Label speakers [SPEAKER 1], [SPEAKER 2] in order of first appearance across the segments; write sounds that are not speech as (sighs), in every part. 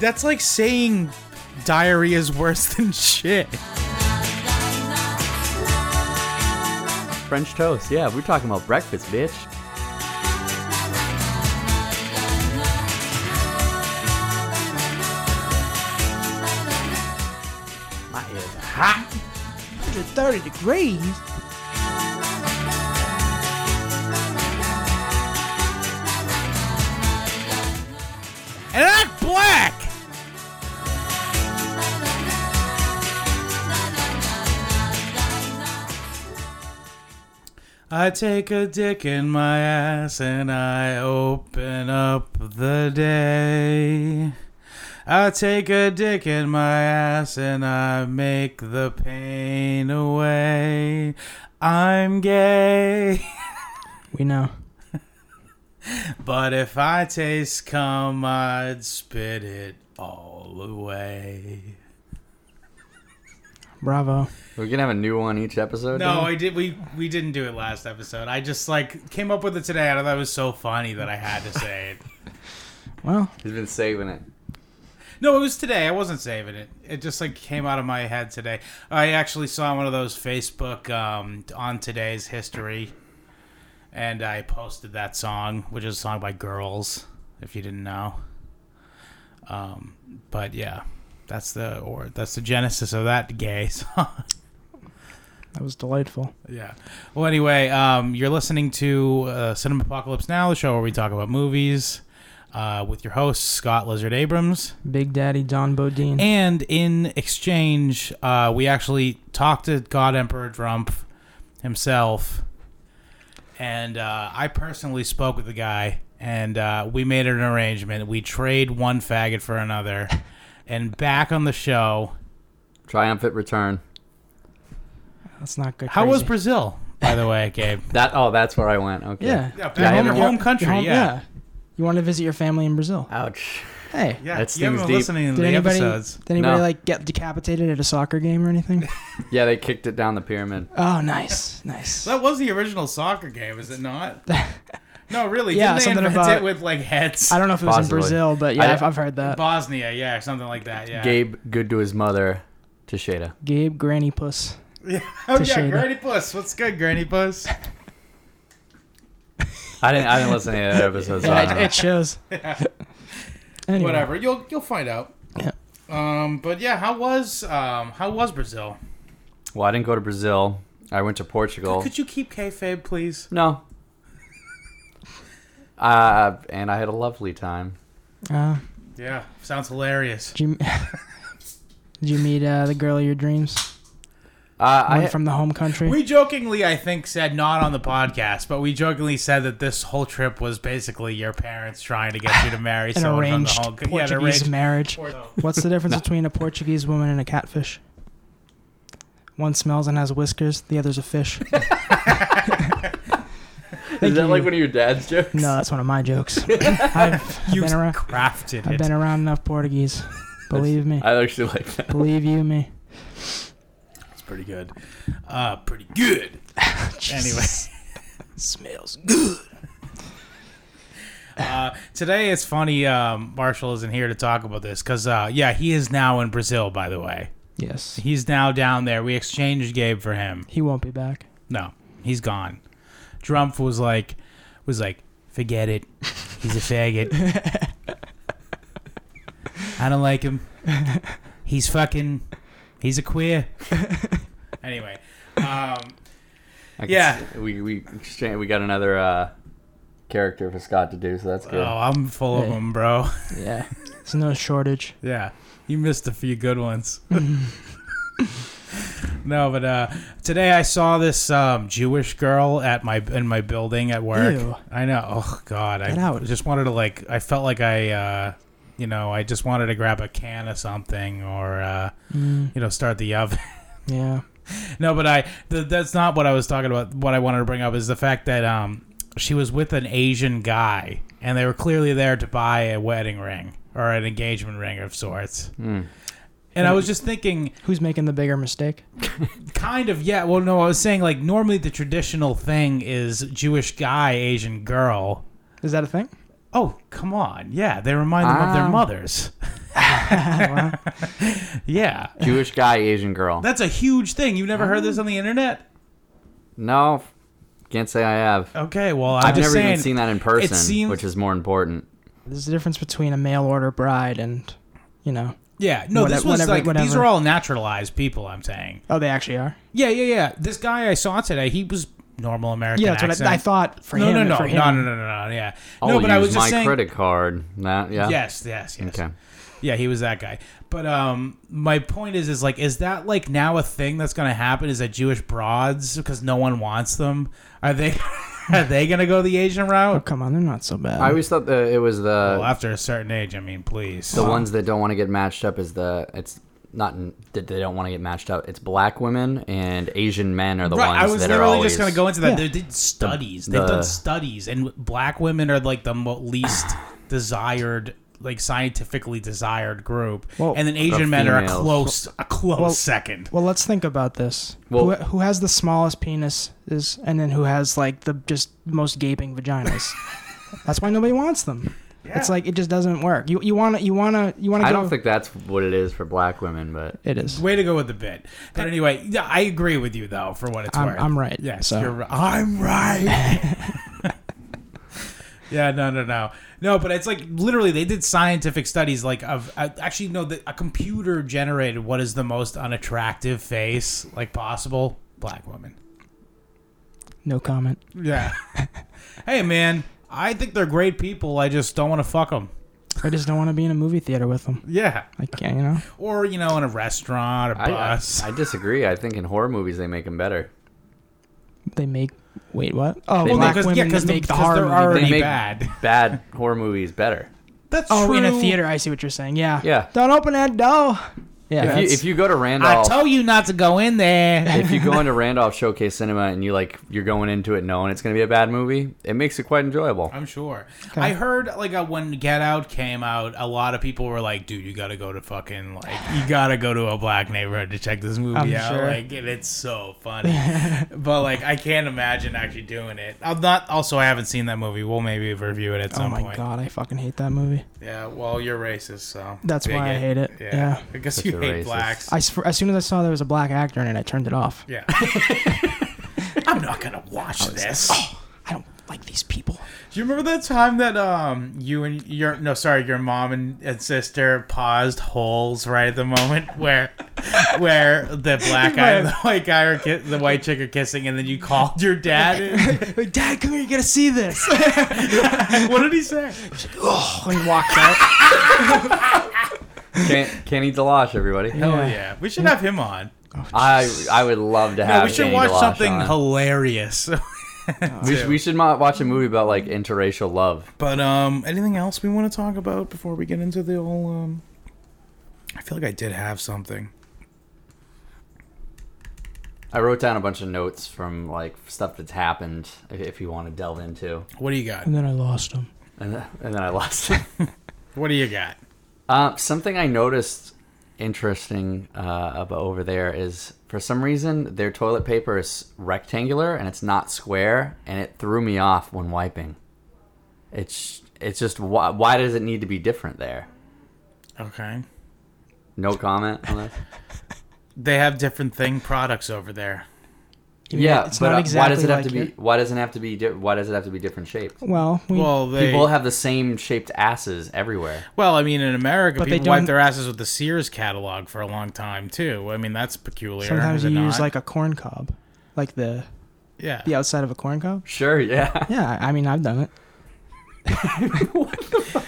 [SPEAKER 1] That's like saying diarrhea is worse (laughs) than shit.
[SPEAKER 2] French toast. Yeah, we're talking about breakfast, bitch. My ears are hot.
[SPEAKER 3] 130 degrees.
[SPEAKER 1] And I'm black! I take a dick in my ass and I open up the day. I take a dick in my ass and I make the pain away. I'm gay. (laughs)
[SPEAKER 3] We know.
[SPEAKER 1] But if I taste cum, I'd spit it all away.
[SPEAKER 3] Bravo.
[SPEAKER 2] We're gonna have a new one each episode.
[SPEAKER 1] No,
[SPEAKER 2] I-
[SPEAKER 1] I did. We we didn't do it last episode. I just like came up with it today. I thought it was so funny that I had to say it.
[SPEAKER 3] Well,
[SPEAKER 2] he's been saving it.
[SPEAKER 1] No, it was today. I wasn't saving it. It just like came out of my head today. I actually saw one of those Facebook um, on today's history, and I posted that song, which is a song by Girls, if you didn't know. Um, but yeah, that's the or that's the genesis of that gay (laughs) song.
[SPEAKER 3] that was delightful.
[SPEAKER 1] Yeah. Well, anyway, um, you're listening to uh, Cinema Apocalypse Now, the show where we talk about movies uh, with your host, Scott Lizard Abrams.
[SPEAKER 3] Big Daddy Don Bodine.
[SPEAKER 1] And in exchange, uh, we actually talked to God Emperor Drump himself. And uh, I personally spoke with the guy, and uh, we made an arrangement. We trade one faggot for another. (laughs) And back on the show,
[SPEAKER 2] Triumphant return.
[SPEAKER 3] That's not good.
[SPEAKER 1] how was
[SPEAKER 3] crazy.
[SPEAKER 1] Brazil, by the way, Gabe?
[SPEAKER 2] That oh, that's where I went. Okay.
[SPEAKER 3] Yeah.
[SPEAKER 1] back
[SPEAKER 2] Yeah, I
[SPEAKER 1] home,
[SPEAKER 2] haven't-
[SPEAKER 1] home country,
[SPEAKER 3] Your home-
[SPEAKER 1] yeah.
[SPEAKER 3] You want to visit your family in Brazil?
[SPEAKER 2] Ouch.
[SPEAKER 3] Hey.
[SPEAKER 1] (laughs) Yeah,
[SPEAKER 2] That
[SPEAKER 1] you haven't
[SPEAKER 2] stings
[SPEAKER 1] been
[SPEAKER 2] deep.
[SPEAKER 1] listening to
[SPEAKER 3] Did
[SPEAKER 1] the
[SPEAKER 3] anybody,
[SPEAKER 1] episodes.
[SPEAKER 3] did anybody
[SPEAKER 2] No.
[SPEAKER 3] like get decapitated at a soccer game or anything?
[SPEAKER 2] Yeah, they kicked it down the pyramid.
[SPEAKER 3] oh, nice, nice.
[SPEAKER 1] That was the original soccer game, is it not? no, really. Yeah,
[SPEAKER 3] Yeah,
[SPEAKER 1] didn't they
[SPEAKER 3] something
[SPEAKER 1] invent
[SPEAKER 3] about-
[SPEAKER 1] it with like heads?
[SPEAKER 3] I don't know if it was
[SPEAKER 2] Possibly.
[SPEAKER 3] in Brazil, but yeah,
[SPEAKER 2] I-
[SPEAKER 3] I, have I've heard that.
[SPEAKER 1] Bosnia, yeah, something like that. Yeah.
[SPEAKER 2] Gabe, good to his mother, to Shada.
[SPEAKER 3] Gabe Granny Puss.
[SPEAKER 1] Yeah. Oh yeah,
[SPEAKER 3] Tashina.
[SPEAKER 1] Granny Puss. What's good, Granny
[SPEAKER 3] (laughs)
[SPEAKER 1] Puss?
[SPEAKER 2] I didn't. I didn't listen to that episode. So I
[SPEAKER 3] Yeah,
[SPEAKER 2] don't
[SPEAKER 3] it,
[SPEAKER 2] know.
[SPEAKER 1] (laughs)
[SPEAKER 3] it shows. (laughs) Anyway,
[SPEAKER 1] Whatever. You'll you'll find out.
[SPEAKER 3] Yeah.
[SPEAKER 1] Um, but yeah, how was um how was Brazil?
[SPEAKER 2] Well, I didn't go to Brazil. I went to Portugal.
[SPEAKER 1] Could you keep kayfabe, please?
[SPEAKER 2] No. Uh, and I had a lovely time.
[SPEAKER 3] Uh,
[SPEAKER 1] Yeah, sounds hilarious.
[SPEAKER 3] did you, (laughs) did you meet uh, the girl of your dreams?
[SPEAKER 2] Uh,
[SPEAKER 3] One
[SPEAKER 2] I,
[SPEAKER 3] from the home country.
[SPEAKER 1] We jokingly, I think, said not on the podcast, but we jokingly said that this whole trip was basically your parents trying to get you to
[SPEAKER 3] (laughs)
[SPEAKER 1] marry
[SPEAKER 3] an
[SPEAKER 1] someone from the
[SPEAKER 3] arranged
[SPEAKER 1] whole
[SPEAKER 3] Portuguese marriage. What's the difference between a Portuguese woman and a catfish? One smells and has whiskers, the other's
[SPEAKER 2] (laughs)
[SPEAKER 3] a fish. (laughs)
[SPEAKER 2] is that
[SPEAKER 3] you.
[SPEAKER 2] like one of your dad's jokes? (laughs)
[SPEAKER 3] No, that's one of my jokes. I've, I've
[SPEAKER 1] You
[SPEAKER 3] been around.
[SPEAKER 1] crafted
[SPEAKER 3] I've
[SPEAKER 1] it.
[SPEAKER 3] been around enough Portuguese. Believe me.
[SPEAKER 2] I actually like that.
[SPEAKER 3] Believe you me.
[SPEAKER 1] It's pretty good. Uh, pretty
[SPEAKER 3] (laughs)
[SPEAKER 1] good. anyway,
[SPEAKER 3] smells good.
[SPEAKER 1] uh, today it's funny. Um, Marshall isn't here to talk about this because, uh, yeah, he is now in Brazil. By the way,
[SPEAKER 3] Yes.
[SPEAKER 1] he's now down there. We exchanged Gabe for him.
[SPEAKER 3] He won't be back.
[SPEAKER 1] No, he's gone. Drumpf was like, was like, forget it. He's a faggot. I don't like him. He's fucking. He's a queer. anyway, um,
[SPEAKER 2] I can
[SPEAKER 1] Yeah.
[SPEAKER 2] s- we we exchange, we got another uh, character for Scott to do, so that's
[SPEAKER 1] oh,
[SPEAKER 2] good.
[SPEAKER 1] I'm full of
[SPEAKER 3] Hey.
[SPEAKER 1] them, bro.
[SPEAKER 3] Yeah. There's no shortage.
[SPEAKER 1] Yeah, you missed a few good ones. (laughs) no, but uh, today I saw this um, Jewish girl at my in my building at work.
[SPEAKER 3] Ew.
[SPEAKER 1] I know. Oh God, I
[SPEAKER 3] Get out.
[SPEAKER 1] just wanted to like. I felt like I, uh, you know, I just wanted to grab a can of something or uh,
[SPEAKER 3] Mm,
[SPEAKER 1] you know start the oven.
[SPEAKER 3] yeah.
[SPEAKER 1] no, but I th- that's not what I was talking about. What I wanted to bring up is the fact that um, she was with an Asian guy, and they were clearly there to buy a wedding ring or an engagement ring of sorts.
[SPEAKER 2] Hmm.
[SPEAKER 1] And I was just thinking,
[SPEAKER 3] Who's making the bigger mistake?
[SPEAKER 1] kind of, yeah. Well, no, I was saying like normally the traditional thing is Jewish guy, Asian girl.
[SPEAKER 3] Is that a thing?
[SPEAKER 1] Oh, come on, yeah. They remind them of their
[SPEAKER 2] Ah. (laughs)
[SPEAKER 1] mothers. (laughs)
[SPEAKER 3] Wow.
[SPEAKER 1] Yeah.
[SPEAKER 2] Jewish guy, Asian girl.
[SPEAKER 1] That's a huge thing. You've never heard
[SPEAKER 2] Ah.
[SPEAKER 1] this on the internet?
[SPEAKER 2] No, can't say I have.
[SPEAKER 1] Okay, well, I'm
[SPEAKER 2] I've
[SPEAKER 1] just
[SPEAKER 2] never
[SPEAKER 1] saying,
[SPEAKER 2] even seen that in person,
[SPEAKER 1] seems-
[SPEAKER 2] which is more important.
[SPEAKER 3] There's a difference between a mail order bride and, you know.
[SPEAKER 1] Yeah, no, this was
[SPEAKER 3] Whate- whatever-
[SPEAKER 1] like these
[SPEAKER 3] whatever.
[SPEAKER 1] are all naturalized people. I'm saying.
[SPEAKER 3] Oh, they actually are.
[SPEAKER 1] Yeah, yeah, yeah. This guy I saw today, he was normal American.
[SPEAKER 3] Yeah, that's what
[SPEAKER 1] accent.
[SPEAKER 3] I, I thought for
[SPEAKER 1] no,
[SPEAKER 3] him.
[SPEAKER 1] no,
[SPEAKER 3] and
[SPEAKER 1] no,
[SPEAKER 3] for
[SPEAKER 1] no,
[SPEAKER 3] him.
[SPEAKER 1] no, no, no, no. Yeah,
[SPEAKER 2] I'll
[SPEAKER 1] no, but
[SPEAKER 2] use
[SPEAKER 1] I was just
[SPEAKER 2] Oh, my
[SPEAKER 1] saying.
[SPEAKER 2] credit card. That yeah.
[SPEAKER 1] Yes, yes, yes.
[SPEAKER 2] Okay.
[SPEAKER 1] Yeah, he was that guy. But um, my point is, is like, is that like now a thing that's gonna happen? Is that Jewish broads because no one wants them? Are they, (laughs) are they gonna go the Asian
[SPEAKER 3] Oh,
[SPEAKER 2] Uh,
[SPEAKER 1] route?
[SPEAKER 3] come on. They're not so bad.
[SPEAKER 2] I always thought that it was the
[SPEAKER 1] Well, after a certain age, I mean, please.
[SPEAKER 2] the ones that don't want to get matched up is the it's not n- that they don't want to get matched up. It's black women and Asian men are the
[SPEAKER 1] Right,
[SPEAKER 2] ones
[SPEAKER 1] I was
[SPEAKER 2] that
[SPEAKER 1] literally
[SPEAKER 2] are always
[SPEAKER 1] just going to go into that.
[SPEAKER 3] Yeah.
[SPEAKER 1] They did studies. They've
[SPEAKER 2] the-
[SPEAKER 1] done studies, and black women are like the mo-
[SPEAKER 2] (sighs)
[SPEAKER 1] least desired, like scientifically desired group.
[SPEAKER 3] Well,
[SPEAKER 1] and then Asian men are a
[SPEAKER 2] females.
[SPEAKER 1] close, a close
[SPEAKER 3] Well-
[SPEAKER 1] second.
[SPEAKER 3] well, let's think about this.
[SPEAKER 2] Well-
[SPEAKER 3] who, who has the smallest penis is, and then who has like the just most
[SPEAKER 2] (laughs)
[SPEAKER 3] gaping vaginas. that's why nobody wants them. It's like it just doesn't work. You you want to you want to you want to.
[SPEAKER 2] I don't think that's what it is for black women, but
[SPEAKER 3] it is.
[SPEAKER 1] Way to go with the bit. But anyway, yeah, I agree with you though for what it's
[SPEAKER 3] I'm-
[SPEAKER 1] worth.
[SPEAKER 3] I'm right,
[SPEAKER 1] Yes,
[SPEAKER 3] so.
[SPEAKER 1] you're. ri- I'm right. (laughs) yeah, no, no, no, no. But it's like literally they did scientific studies like of uh, actually no, the, a computer generated what is the most unattractive face like possible. Black woman.
[SPEAKER 3] No comment.
[SPEAKER 1] Yeah. (laughs) hey man, I think they're great people. I just don't want to fuck them.
[SPEAKER 3] I just don't want to be in a movie theater with them.
[SPEAKER 1] Yeah.
[SPEAKER 3] I can't, you know.
[SPEAKER 1] Or you know, in a restaurant or
[SPEAKER 2] I, I
[SPEAKER 1] bus.
[SPEAKER 2] I disagree. I think in horror movies they make them better.
[SPEAKER 3] They make wait what? Oh,
[SPEAKER 2] They
[SPEAKER 1] well, no,
[SPEAKER 3] black
[SPEAKER 1] because
[SPEAKER 3] women
[SPEAKER 1] yeah,
[SPEAKER 3] that
[SPEAKER 1] because
[SPEAKER 3] make the
[SPEAKER 1] they're
[SPEAKER 3] horror movie.
[SPEAKER 1] already
[SPEAKER 2] They make-
[SPEAKER 1] bad. (laughs)
[SPEAKER 2] Bad horror movies better.
[SPEAKER 1] That's
[SPEAKER 3] Oh, in a
[SPEAKER 1] true.
[SPEAKER 3] theater. I see what you're saying. Yeah.
[SPEAKER 2] Yeah.
[SPEAKER 3] Don't open that door. Yeah.
[SPEAKER 2] If you,
[SPEAKER 3] that's-
[SPEAKER 2] if you go to
[SPEAKER 1] I
[SPEAKER 2] Randolph,
[SPEAKER 1] told you not to go in there.
[SPEAKER 2] if you go into Randolph Showcase Cinema and you like you're going into it knowing it's going to be a bad movie, it makes it quite enjoyable.
[SPEAKER 1] (laughs) I'm sure. I heard like uh, when Get Out came out, a lot of people were like, "Dude, you gotta go to fucking like you gotta go to a black neighborhood to check this movie
[SPEAKER 3] I'm
[SPEAKER 1] out."
[SPEAKER 3] sure.
[SPEAKER 1] Like, and it's so funny. (laughs) but like, I can't imagine actually doing it. I'm not. Also, I haven't seen that movie. We'll maybe review it at
[SPEAKER 3] oh
[SPEAKER 1] some
[SPEAKER 3] my
[SPEAKER 1] point.
[SPEAKER 3] god, I fucking hate that movie.
[SPEAKER 1] Yeah. Well, you're racist, so
[SPEAKER 3] That's why I hate it. Yeah.
[SPEAKER 1] Because
[SPEAKER 2] Such
[SPEAKER 1] you
[SPEAKER 2] a
[SPEAKER 1] hate
[SPEAKER 2] racist.
[SPEAKER 1] blacks.
[SPEAKER 3] I s- as soon as I saw there was a black actor in it, I turned it off. (laughs)
[SPEAKER 1] yeah. (laughs) I'm not gonna watch this.
[SPEAKER 3] "Oh, I don't like these people.
[SPEAKER 1] Do you remember that time that um you and your no sorry your mom and, and sister paused holes right at the moment (laughs) where where the (laughs) black guy and the white guy are ki- the white chick are kissing and then you called your dad (laughs) in?
[SPEAKER 3] Like, Dad, come here, you gotta see
[SPEAKER 2] (laughs)
[SPEAKER 3] this.
[SPEAKER 1] what did he say?
[SPEAKER 2] Oh,
[SPEAKER 3] when he walked out.
[SPEAKER 2] Can, Kenny Dalash,
[SPEAKER 1] (laughs)
[SPEAKER 2] everybody.
[SPEAKER 1] Hell Oh, yeah, we should have him on.
[SPEAKER 2] I I would love to have.
[SPEAKER 1] No, we should
[SPEAKER 2] Kenny
[SPEAKER 1] watch
[SPEAKER 2] Dalash
[SPEAKER 1] something
[SPEAKER 2] on.
[SPEAKER 1] hilarious. (laughs)
[SPEAKER 2] We, sh- we should mo- watch a movie about like interracial love.
[SPEAKER 1] but um, anything else we want to talk about before we get into the whole um? I feel like I did have something.
[SPEAKER 2] I wrote down a bunch of notes from like stuff that's happened if, if you want to delve into,
[SPEAKER 1] What do you got?
[SPEAKER 3] And then I lost him.
[SPEAKER 2] and, th- and then I lost
[SPEAKER 3] (laughs)
[SPEAKER 2] it.
[SPEAKER 1] What do you got?
[SPEAKER 2] Uh, something I noticed interesting uh, about over there is for some reason their toilet paper is rectangular and it's not square, and it threw me off when wiping. It's it's just why, why does it need to be different there?
[SPEAKER 1] Okay.
[SPEAKER 2] No comment on
[SPEAKER 3] (laughs)
[SPEAKER 2] this.
[SPEAKER 1] They have different thing products over there.
[SPEAKER 3] You mean,
[SPEAKER 2] yeah,
[SPEAKER 3] it's
[SPEAKER 2] but
[SPEAKER 3] not
[SPEAKER 2] uh, why
[SPEAKER 3] exactly
[SPEAKER 2] does it have
[SPEAKER 3] like
[SPEAKER 2] to be?
[SPEAKER 3] your-
[SPEAKER 2] Why doesn't it have to be? Di- why does it have to be different shaped?
[SPEAKER 3] Well, we,
[SPEAKER 1] Well, they
[SPEAKER 2] People have the same shaped asses everywhere.
[SPEAKER 1] well, I mean, in America,
[SPEAKER 3] But they
[SPEAKER 1] people wipe
[SPEAKER 3] don't-
[SPEAKER 1] their asses with the Sears catalog for a long time too. I mean, that's peculiar.
[SPEAKER 3] sometimes
[SPEAKER 1] is
[SPEAKER 3] you
[SPEAKER 1] it
[SPEAKER 3] use
[SPEAKER 1] not?
[SPEAKER 3] like a corn cob, like the
[SPEAKER 1] yeah.
[SPEAKER 3] the outside of a corn cob.
[SPEAKER 2] Sure, yeah.
[SPEAKER 3] Yeah, I mean I've done it. (laughs)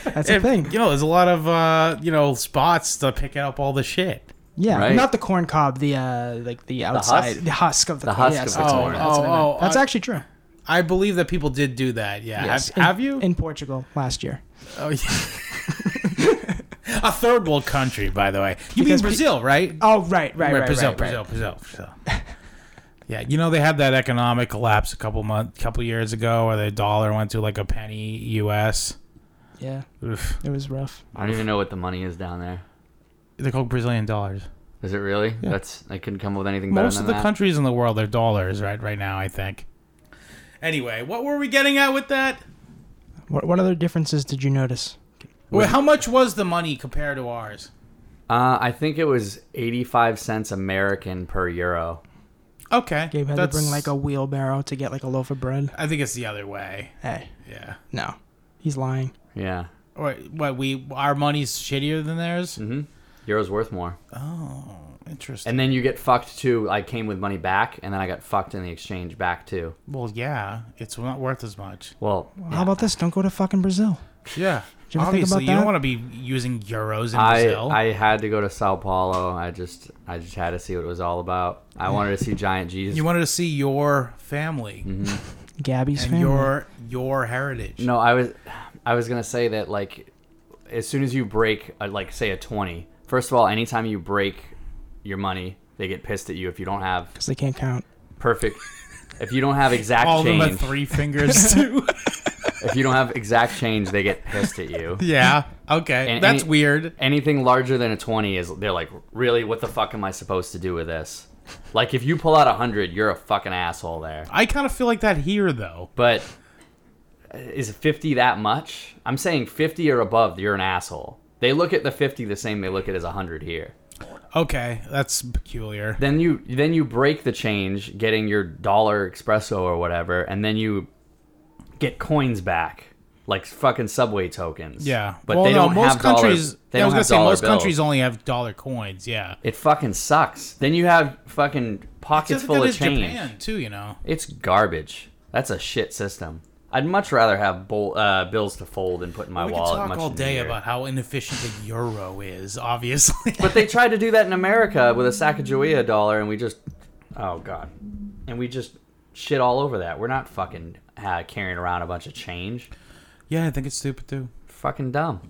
[SPEAKER 3] That's a
[SPEAKER 1] If-
[SPEAKER 3] thing.
[SPEAKER 1] You know, there's a lot of uh, you know spots to pick up all the shit.
[SPEAKER 3] Yeah,
[SPEAKER 2] Right.
[SPEAKER 3] not the corn cob, the uh, like the outside,
[SPEAKER 2] husk?
[SPEAKER 3] the husk of the,
[SPEAKER 2] The
[SPEAKER 3] corn.
[SPEAKER 2] husk
[SPEAKER 3] yes,
[SPEAKER 2] of the
[SPEAKER 3] that's
[SPEAKER 2] corn.
[SPEAKER 3] what I meant, that's what I
[SPEAKER 1] Oh,
[SPEAKER 3] meant.
[SPEAKER 1] oh,
[SPEAKER 3] That's
[SPEAKER 1] I-
[SPEAKER 3] actually true.
[SPEAKER 1] I believe that people did do that. Yeah.
[SPEAKER 3] Yes.
[SPEAKER 1] Have, have
[SPEAKER 3] in,
[SPEAKER 1] you?
[SPEAKER 3] in Portugal last year?
[SPEAKER 1] oh, yeah. (laughs) a third world country, by the way. You mean
[SPEAKER 3] Because pe-
[SPEAKER 1] Brazil, right?
[SPEAKER 3] Oh right, right,
[SPEAKER 1] Right,
[SPEAKER 3] right, right,
[SPEAKER 1] Brazil,
[SPEAKER 3] right.
[SPEAKER 1] Brazil, Brazil, Brazil, yeah, you know they had that economic collapse a couple month, couple years ago, where the dollar went to like a penny U.S.
[SPEAKER 3] Yeah,
[SPEAKER 1] Oof.
[SPEAKER 3] it was rough.
[SPEAKER 2] I don't even know what the money is down there.
[SPEAKER 1] They're called Brazilian dollars.
[SPEAKER 2] Is it really? That's I couldn't come up with anything better
[SPEAKER 1] Most
[SPEAKER 2] than
[SPEAKER 1] of the
[SPEAKER 2] that.
[SPEAKER 1] countries in the world are dollars right right now, I think. Anyway, what were we getting at with that?
[SPEAKER 3] What what other differences did you notice?
[SPEAKER 1] Wait, how much was the money compared to ours?
[SPEAKER 2] Uh, I think it was 85 cents American per euro.
[SPEAKER 1] Okay.
[SPEAKER 3] Gabe had
[SPEAKER 1] that's-
[SPEAKER 3] to bring like a wheelbarrow to get like a loaf of bread.
[SPEAKER 1] I think it's the other way.
[SPEAKER 3] Hey,
[SPEAKER 1] Yeah.
[SPEAKER 3] no, he's lying.
[SPEAKER 2] Yeah.
[SPEAKER 1] Or what we our money's shittier than theirs.
[SPEAKER 2] Mm. Euro's worth more.
[SPEAKER 1] Oh, interesting.
[SPEAKER 2] And then you get fucked too. I came with money back, and then I got fucked in the exchange back too.
[SPEAKER 1] well, yeah, it's not worth as much.
[SPEAKER 2] Well,
[SPEAKER 3] How about this? Don't go to fucking Brazil.
[SPEAKER 1] Yeah.
[SPEAKER 3] Did you ever think
[SPEAKER 1] Obviously,
[SPEAKER 3] about
[SPEAKER 1] you don't
[SPEAKER 3] that?
[SPEAKER 1] want to be using euros in
[SPEAKER 2] I
[SPEAKER 1] Brazil.
[SPEAKER 2] I had to go to Sao Paulo. I just I just had to see what it was all about. I wanted to see giant G's.
[SPEAKER 1] you wanted to see your family
[SPEAKER 3] Gabby's
[SPEAKER 1] and
[SPEAKER 3] family.
[SPEAKER 1] your your heritage.
[SPEAKER 2] Mm-hmm. no, I was I was gonna say that like as soon as you break uh like say a twenty. First of all, anytime you break your money, they get pissed at you if you don't have
[SPEAKER 3] 'Cause they
[SPEAKER 1] (laughs)
[SPEAKER 3] can't count.
[SPEAKER 2] perfect. If you don't have exact
[SPEAKER 1] All of them
[SPEAKER 2] change,
[SPEAKER 1] at three fingers (laughs)
[SPEAKER 3] (laughs)
[SPEAKER 1] too.
[SPEAKER 2] if you don't have exact change, they get pissed at you.
[SPEAKER 1] yeah. Okay.
[SPEAKER 2] And
[SPEAKER 1] That's
[SPEAKER 2] any-
[SPEAKER 1] weird.
[SPEAKER 2] anything larger than a 20 is they're like really what the fuck am i supposed to do with this like if you pull out a 100 you're a fucking asshole there
[SPEAKER 1] I kind of feel like that here though.
[SPEAKER 2] but uh, is 50 that much i'm saying 50 or above you're an asshole they look at the 50 the same they look at as 100 here
[SPEAKER 1] Okay, that's peculiar.
[SPEAKER 2] then you then you break the change getting your dollar espresso or whatever and then you get coins back like fucking subway tokens
[SPEAKER 1] Yeah.
[SPEAKER 2] but
[SPEAKER 1] well,
[SPEAKER 2] they
[SPEAKER 1] no,
[SPEAKER 2] don't
[SPEAKER 1] most
[SPEAKER 2] have
[SPEAKER 1] countries.
[SPEAKER 2] dollar, they
[SPEAKER 1] I
[SPEAKER 2] don't
[SPEAKER 1] was gonna
[SPEAKER 2] have
[SPEAKER 1] say
[SPEAKER 2] dollar
[SPEAKER 1] most
[SPEAKER 2] bills.
[SPEAKER 1] countries only have dollar coins. Yeah.
[SPEAKER 2] It fucking sucks. Then you have fucking pockets
[SPEAKER 1] Just
[SPEAKER 2] full
[SPEAKER 1] that
[SPEAKER 2] of
[SPEAKER 1] is
[SPEAKER 2] change.
[SPEAKER 1] Japan too, you know.
[SPEAKER 2] It's garbage. That's a shit system. I'd much rather have bol- uh, bills to fold and put in my
[SPEAKER 1] We could
[SPEAKER 2] wallet.
[SPEAKER 1] talk
[SPEAKER 2] much
[SPEAKER 1] all day
[SPEAKER 2] neater.
[SPEAKER 1] about how inefficient the euro is, obviously. (laughs)
[SPEAKER 2] But they tried to do that in America with a Sacagawea dollar, and we just, oh god, and we just shit all over that. We're not fucking uh, carrying around a bunch of change.
[SPEAKER 1] yeah, I think it's stupid too.
[SPEAKER 2] Fucking dumb.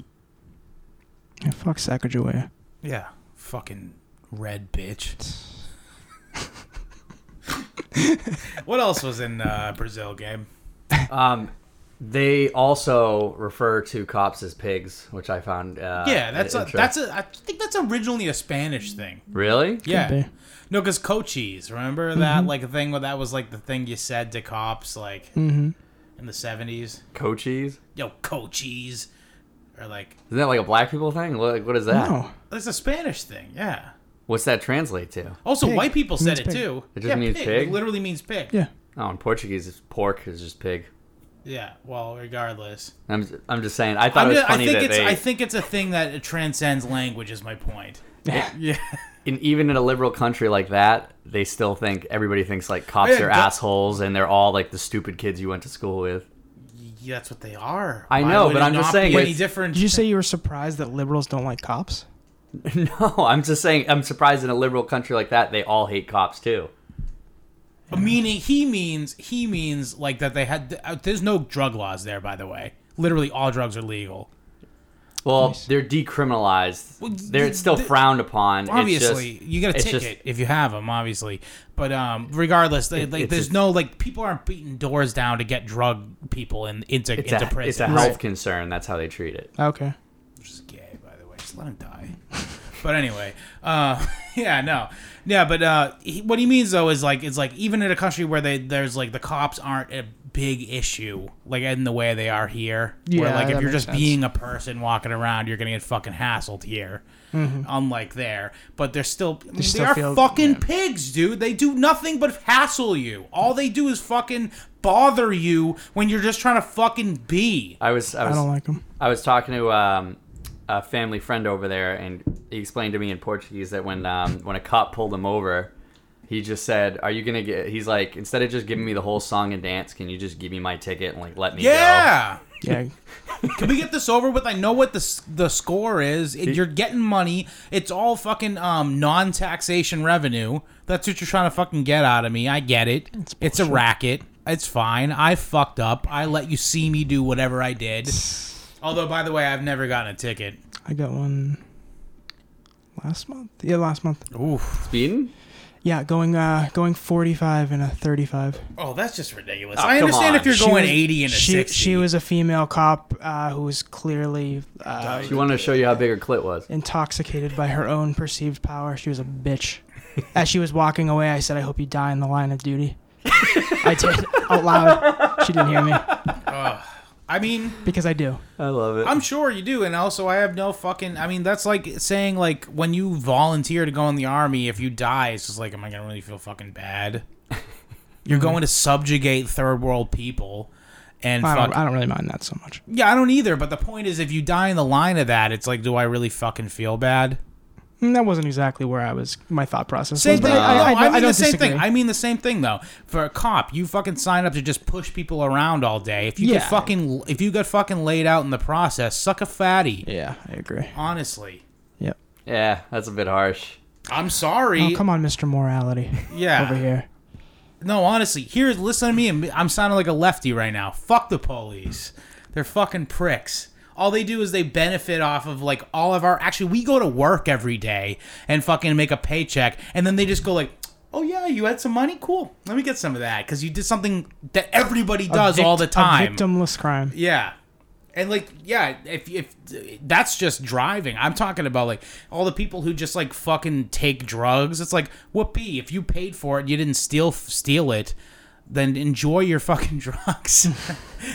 [SPEAKER 3] Yeah, fuck Sacagawea.
[SPEAKER 1] Yeah, fucking red bitch.
[SPEAKER 2] (laughs)
[SPEAKER 1] what else was in uh, Brazil game?
[SPEAKER 2] Um, they also refer to cops as pigs, which I found. Uh,
[SPEAKER 1] Yeah, that's a,
[SPEAKER 2] interesting.
[SPEAKER 1] that's a. I think that's originally a Spanish thing.
[SPEAKER 2] really
[SPEAKER 1] Yeah,
[SPEAKER 3] be.
[SPEAKER 1] no, because coaches. Remember that
[SPEAKER 3] Mm-hmm.
[SPEAKER 1] like thing where that was like the thing you said to cops like
[SPEAKER 3] Mm-hmm.
[SPEAKER 1] in the seventies.
[SPEAKER 2] coaches.
[SPEAKER 1] Yo, coaches, or like
[SPEAKER 2] Isn't that like a black people thing? Like, what is that?
[SPEAKER 3] No.
[SPEAKER 1] it's a Spanish thing. Yeah.
[SPEAKER 2] What's that translate to?
[SPEAKER 1] Also,
[SPEAKER 3] Pig.
[SPEAKER 1] white people
[SPEAKER 3] It
[SPEAKER 1] said
[SPEAKER 3] means
[SPEAKER 1] it
[SPEAKER 3] pig.
[SPEAKER 1] too.
[SPEAKER 2] It just means pig?
[SPEAKER 1] It literally means pig.
[SPEAKER 3] Yeah.
[SPEAKER 2] Oh, in Portuguese, it's pork is just pig.
[SPEAKER 1] Yeah, Well, regardless,
[SPEAKER 2] I'm I'm just saying. I thought
[SPEAKER 1] I'm
[SPEAKER 2] it was
[SPEAKER 1] just, I
[SPEAKER 2] funny
[SPEAKER 1] think
[SPEAKER 2] that
[SPEAKER 1] it's
[SPEAKER 2] they,
[SPEAKER 1] I think it's a thing that transcends language. Is my point. Yeah.
[SPEAKER 2] (laughs) in, even in a liberal country like that, they still think everybody thinks like cops
[SPEAKER 1] Yeah,
[SPEAKER 2] are
[SPEAKER 1] that-
[SPEAKER 2] assholes and they're all like the stupid kids you went to school with. (laughs)
[SPEAKER 1] Yeah, that's what they are.
[SPEAKER 2] I
[SPEAKER 1] Why
[SPEAKER 2] know,
[SPEAKER 1] would
[SPEAKER 2] but
[SPEAKER 1] it
[SPEAKER 2] I'm just
[SPEAKER 1] not
[SPEAKER 2] saying
[SPEAKER 1] be any
[SPEAKER 2] it's-
[SPEAKER 1] different.
[SPEAKER 3] Did you say you were surprised that liberals don't like cops?
[SPEAKER 2] no, I'm just saying. I'm surprised in a liberal country like that they all hate cops too.
[SPEAKER 1] Meaning he means he means like that they had. uh, There's no drug laws there, by the way. Literally, all drugs are legal.
[SPEAKER 2] Well, they're decriminalized.
[SPEAKER 1] Well,
[SPEAKER 2] they're it's still
[SPEAKER 1] th-
[SPEAKER 2] frowned upon.
[SPEAKER 1] Obviously,
[SPEAKER 2] it's just,
[SPEAKER 1] you get a
[SPEAKER 2] it's
[SPEAKER 1] ticket
[SPEAKER 2] just-
[SPEAKER 1] if you have them. Obviously, but um, regardless, they, like,
[SPEAKER 2] it's
[SPEAKER 1] there's
[SPEAKER 2] just-
[SPEAKER 1] no like people aren't beating doors down to get drug people in, into
[SPEAKER 2] it's
[SPEAKER 1] into
[SPEAKER 2] a,
[SPEAKER 1] prison.
[SPEAKER 2] it's a health concern. That's how they treat it.
[SPEAKER 3] Okay.
[SPEAKER 1] which is gay, by the way. Just let him die. (laughs) but anyway, uh, (laughs) yeah, no, yeah, but uh, he, what he means though is like it's like even in a country where they there's like the cops aren't a big issue like in the way they are here. where
[SPEAKER 3] Yeah,
[SPEAKER 1] like if
[SPEAKER 3] that
[SPEAKER 1] you're
[SPEAKER 3] makes
[SPEAKER 1] just
[SPEAKER 3] sense.
[SPEAKER 1] being a person walking around, you're gonna get fucking hassled here. Unlike there, but they're still they,
[SPEAKER 3] Mm-hmm. still
[SPEAKER 1] are
[SPEAKER 3] feel-
[SPEAKER 1] fucking
[SPEAKER 3] yeah.
[SPEAKER 1] pigs, dude. They do nothing but hassle you. All they do is fucking bother you when you're just trying to fucking be.
[SPEAKER 2] I was I
[SPEAKER 3] I
[SPEAKER 2] was
[SPEAKER 3] don't like them.
[SPEAKER 2] I was talking to um, a family friend over there, and he explained to me in Portuguese that when um, when a cop pulled him over, he just said, "Are you gonna get?" He's like, instead of just giving me the whole song and dance, can you just give me my ticket and like let me go?
[SPEAKER 1] Yeah.
[SPEAKER 3] Yeah.
[SPEAKER 1] Can we get this over with? I know what the s- the score is. It- You're getting money. It's all fucking um, non-taxation revenue. That's what you're trying to fucking get out of me. I get it. It's, a racket. It's fine. I fucked up. I let you see me do whatever I
[SPEAKER 3] (sighs)
[SPEAKER 1] did. Although, by the way, I've never gotten a ticket.
[SPEAKER 3] I got one last month. Yeah, last month.
[SPEAKER 1] Oof.
[SPEAKER 2] Speeding?
[SPEAKER 3] Yeah, going uh going 45 and a 35.
[SPEAKER 1] Oh, that's just ridiculous.
[SPEAKER 2] Oh,
[SPEAKER 1] I
[SPEAKER 2] come
[SPEAKER 1] understand
[SPEAKER 2] on.
[SPEAKER 1] if you're
[SPEAKER 3] She
[SPEAKER 1] going
[SPEAKER 3] was-
[SPEAKER 1] 80 and a
[SPEAKER 3] she,
[SPEAKER 1] 60.
[SPEAKER 3] She was a female cop uh, who was clearly uh,
[SPEAKER 2] She wanted to show you how big her clit was.
[SPEAKER 3] intoxicated by her own perceived power. She was a bitch. As she was walking away, I said, "I hope you die in the line of duty." I did out loud. She didn't hear me.
[SPEAKER 1] I mean,
[SPEAKER 3] because I do.
[SPEAKER 2] I love it.
[SPEAKER 1] I'm sure you do, and also I have no fucking. I mean, that's like saying like when you volunteer to go in the army, if you die, it's just like, am I gonna really feel fucking
[SPEAKER 3] (laughs)
[SPEAKER 1] bad? You're
[SPEAKER 3] Mm-hmm.
[SPEAKER 1] going to subjugate third world people, and
[SPEAKER 3] I
[SPEAKER 1] fuck,
[SPEAKER 3] don't, I don't really mind that so much.
[SPEAKER 1] yeah, I don't either. But the point is, if you die in the line of that, it's like, do I really fucking feel bad?
[SPEAKER 3] Mm, That wasn't exactly where I was. My thought process.
[SPEAKER 1] Same
[SPEAKER 3] was, but
[SPEAKER 1] thing.
[SPEAKER 3] I,
[SPEAKER 1] no,
[SPEAKER 3] I, I,
[SPEAKER 1] I,
[SPEAKER 3] don't-
[SPEAKER 1] mean
[SPEAKER 3] I don't
[SPEAKER 1] the same
[SPEAKER 3] disagree.
[SPEAKER 1] thing. I mean the same thing though. For a cop, you fucking sign up to just push people around all day. If you
[SPEAKER 3] Yeah.
[SPEAKER 1] get fucking, if you got fucking laid out in the process, suck a fatty.
[SPEAKER 3] yeah, I agree.
[SPEAKER 1] Uh, Honestly,
[SPEAKER 3] Yep.
[SPEAKER 2] yeah, that's a bit harsh.
[SPEAKER 1] I'm sorry.
[SPEAKER 3] Oh, come on, Mr. Morality
[SPEAKER 1] yeah.
[SPEAKER 3] over here.
[SPEAKER 1] No, honestly, here, listen to me. and I'm sounding like a lefty right now. Fuck the police. They're fucking pricks. All they do is they benefit off of like all of our. Actually, we go to work every day and fucking make a paycheck, and then they just go like, "Oh yeah, you had some money, cool. Let me get some of that because you did something that everybody does all the
[SPEAKER 3] Vict- a
[SPEAKER 1] time."
[SPEAKER 3] victimless crime.
[SPEAKER 1] Yeah. And like, yeah, if if that's just driving, I'm talking about like all the people who just like fucking take drugs. It's like whoopee. If you paid for it, you didn't steal steal it, then enjoy your fucking (laughs) drugs,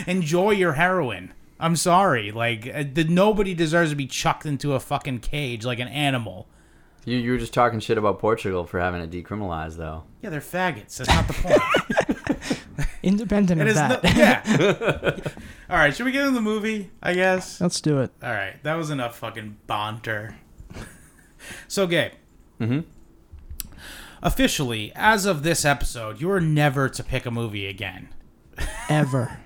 [SPEAKER 1] enjoy your heroin. I'm sorry, like uh, the, nobody deserves to be chucked into a fucking cage like an animal.
[SPEAKER 2] You you were just talking shit about Portugal for having it decriminalized though.
[SPEAKER 1] Yeah, they're faggots. That's not the point.
[SPEAKER 3] Independent
[SPEAKER 1] It
[SPEAKER 3] of
[SPEAKER 1] is
[SPEAKER 3] that.
[SPEAKER 1] no- yeah. all right, should we get into the movie? I guess.
[SPEAKER 3] (laughs) Let's do it.
[SPEAKER 1] All right, that was enough fucking banter. so, Gabe.
[SPEAKER 3] Mm-hmm.
[SPEAKER 2] Mhm.
[SPEAKER 1] Officially, as of this episode, you are never to pick a movie again.
[SPEAKER 3] Ever.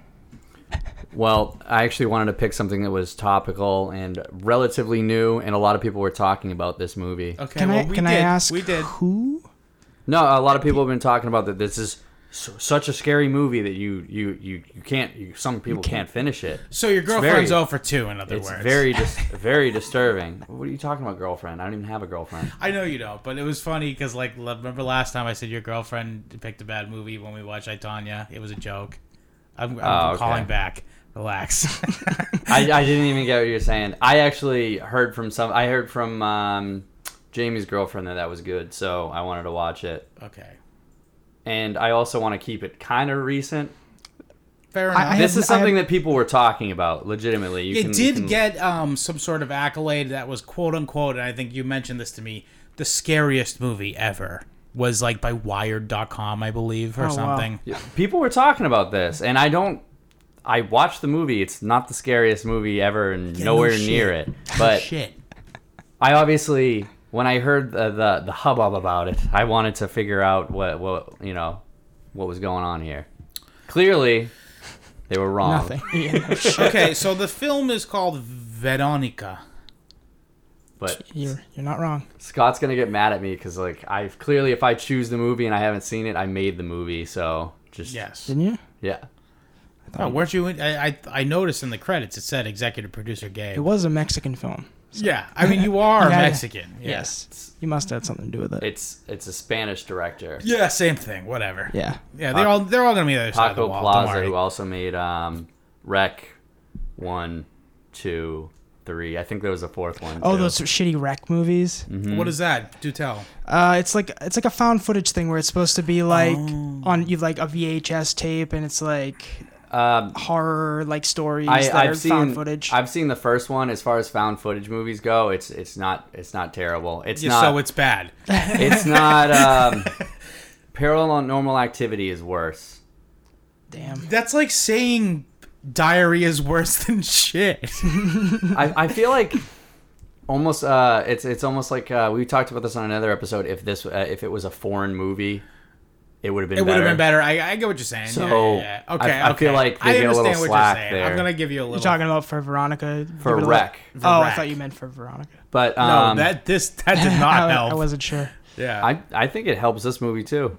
[SPEAKER 2] Well, I actually wanted to pick something that was topical and relatively new, and a lot of people were talking about this movie.
[SPEAKER 1] Okay,
[SPEAKER 3] Can
[SPEAKER 1] well,
[SPEAKER 3] I?
[SPEAKER 1] we
[SPEAKER 3] Can
[SPEAKER 1] did.
[SPEAKER 3] I ask?
[SPEAKER 1] We
[SPEAKER 3] (sighs)
[SPEAKER 1] did.
[SPEAKER 3] Who?
[SPEAKER 2] No, a lot of people have been talking about that. This is s such a scary movie that you you you, you can't. You, some people can't. finish it.
[SPEAKER 1] So your girlfriend's
[SPEAKER 2] very-
[SPEAKER 1] over for 2, in other
[SPEAKER 2] It's
[SPEAKER 1] words.
[SPEAKER 2] very dis- very disturbing. What are you talking about, girlfriend? I don't even have a girlfriend.
[SPEAKER 1] I know you don't, but it was funny because, like, le- remember last time I said your girlfriend picked a bad movie when we watched I, Tonya? It was a joke. I'm, I'm
[SPEAKER 2] Oh, okay.
[SPEAKER 1] calling back. Relax. (laughs)
[SPEAKER 2] I, I didn't even get what you're saying. I actually heard from some. I heard from um, Jamie's girlfriend that that was good, so I wanted to watch it.
[SPEAKER 1] okay.
[SPEAKER 2] And I also want to keep it kind of recent.
[SPEAKER 1] Fair enough.
[SPEAKER 3] I
[SPEAKER 2] this
[SPEAKER 3] have-
[SPEAKER 2] is something that people were talking about legitimately. You
[SPEAKER 1] it
[SPEAKER 2] can- you
[SPEAKER 1] did
[SPEAKER 2] can-
[SPEAKER 1] get um, some sort of accolade that was quote unquote, and I think you mentioned this to me, the scariest movie ever was like by Wired.com, I believe, or
[SPEAKER 3] Oh, wow.
[SPEAKER 1] something.
[SPEAKER 2] Yeah, people were talking about this, and I don't. I watched the movie. It's not the scariest movie ever, and
[SPEAKER 1] Yeah, no
[SPEAKER 2] nowhere
[SPEAKER 1] shit.
[SPEAKER 2] near it. But
[SPEAKER 1] Shit.
[SPEAKER 2] I obviously, when I heard the, the the hubbub about it, I wanted to figure out what what you know what was going on here. Clearly, they were wrong.
[SPEAKER 3] Nothing. (laughs) Yeah,
[SPEAKER 1] okay, so the film is called Veronica.
[SPEAKER 2] But
[SPEAKER 3] you're you're not wrong.
[SPEAKER 2] Scott's gonna get mad at me because like I clearly, if I choose the movie and I haven't seen it, I made the movie. So just
[SPEAKER 1] Yes.
[SPEAKER 3] Didn't you?
[SPEAKER 2] yeah.
[SPEAKER 1] Oh, weren't you? In, I, I I noticed in the credits it said executive producer
[SPEAKER 3] It
[SPEAKER 1] Gabe.
[SPEAKER 3] was a Mexican film.
[SPEAKER 1] Yeah, I mean
[SPEAKER 3] (laughs)
[SPEAKER 1] you are
[SPEAKER 3] Yeah, yeah.
[SPEAKER 1] Mexican. Yeah.
[SPEAKER 3] Yes. You must have had something to do with it.
[SPEAKER 2] It's it's a Spanish director.
[SPEAKER 1] Yeah, same thing. Whatever. Yeah,
[SPEAKER 3] yeah.
[SPEAKER 1] they're all they're all gonna be the other side of the
[SPEAKER 2] Paco
[SPEAKER 1] wall. don't
[SPEAKER 2] Plaza,
[SPEAKER 1] worry.
[SPEAKER 2] who also made um, Wreck one, two, three. I think there was a fourth one.
[SPEAKER 3] Oh,
[SPEAKER 2] too.
[SPEAKER 3] those shitty wreck movies.
[SPEAKER 2] Mm. mm-hmm.
[SPEAKER 1] What is that? Do tell.
[SPEAKER 3] Uh, it's like it's like a found footage thing where it's supposed to be like
[SPEAKER 2] Oh.
[SPEAKER 3] on you've like a VHS tape and it's like
[SPEAKER 2] Um,
[SPEAKER 3] horror like stories
[SPEAKER 2] I,
[SPEAKER 3] that are
[SPEAKER 2] I've
[SPEAKER 3] found
[SPEAKER 2] seen.
[SPEAKER 3] footage.
[SPEAKER 2] I've seen the first one. As far as found footage movies go, it's it's not it's not terrible. It's
[SPEAKER 1] Yeah,
[SPEAKER 2] not.
[SPEAKER 1] so it's bad.
[SPEAKER 2] (laughs)
[SPEAKER 1] (laughs)
[SPEAKER 2] it's not. Um, Parallel Normal Activity is worse.
[SPEAKER 3] Damn.
[SPEAKER 1] That's like saying diary is worse (laughs) than shit.
[SPEAKER 2] I, I feel like almost uh it's it's almost like uh we talked about this on another episode if this uh, if it was a foreign movie it would have been
[SPEAKER 1] It would
[SPEAKER 2] better
[SPEAKER 1] have been better. I, I get what you're saying.
[SPEAKER 2] So,
[SPEAKER 1] yeah, yeah, yeah.
[SPEAKER 2] I-
[SPEAKER 1] okay,
[SPEAKER 2] I
[SPEAKER 1] okay.
[SPEAKER 2] feel like they
[SPEAKER 1] I
[SPEAKER 2] get a little
[SPEAKER 1] understand what
[SPEAKER 2] slack
[SPEAKER 1] you're saying.
[SPEAKER 2] there.
[SPEAKER 1] I'm gonna give you a little.
[SPEAKER 3] You're talking about for Veronica? Give
[SPEAKER 2] for
[SPEAKER 3] it a look.
[SPEAKER 2] wreck
[SPEAKER 1] for
[SPEAKER 3] Oh, I
[SPEAKER 1] Wreck.
[SPEAKER 3] thought you meant for Veronica.
[SPEAKER 2] but
[SPEAKER 1] No,
[SPEAKER 2] um
[SPEAKER 1] that this that
[SPEAKER 3] (laughs)
[SPEAKER 1] did
[SPEAKER 3] I,
[SPEAKER 1] not
[SPEAKER 3] I
[SPEAKER 1] help.
[SPEAKER 3] wasn't sure.
[SPEAKER 1] yeah,
[SPEAKER 2] I, I think it helps this movie too.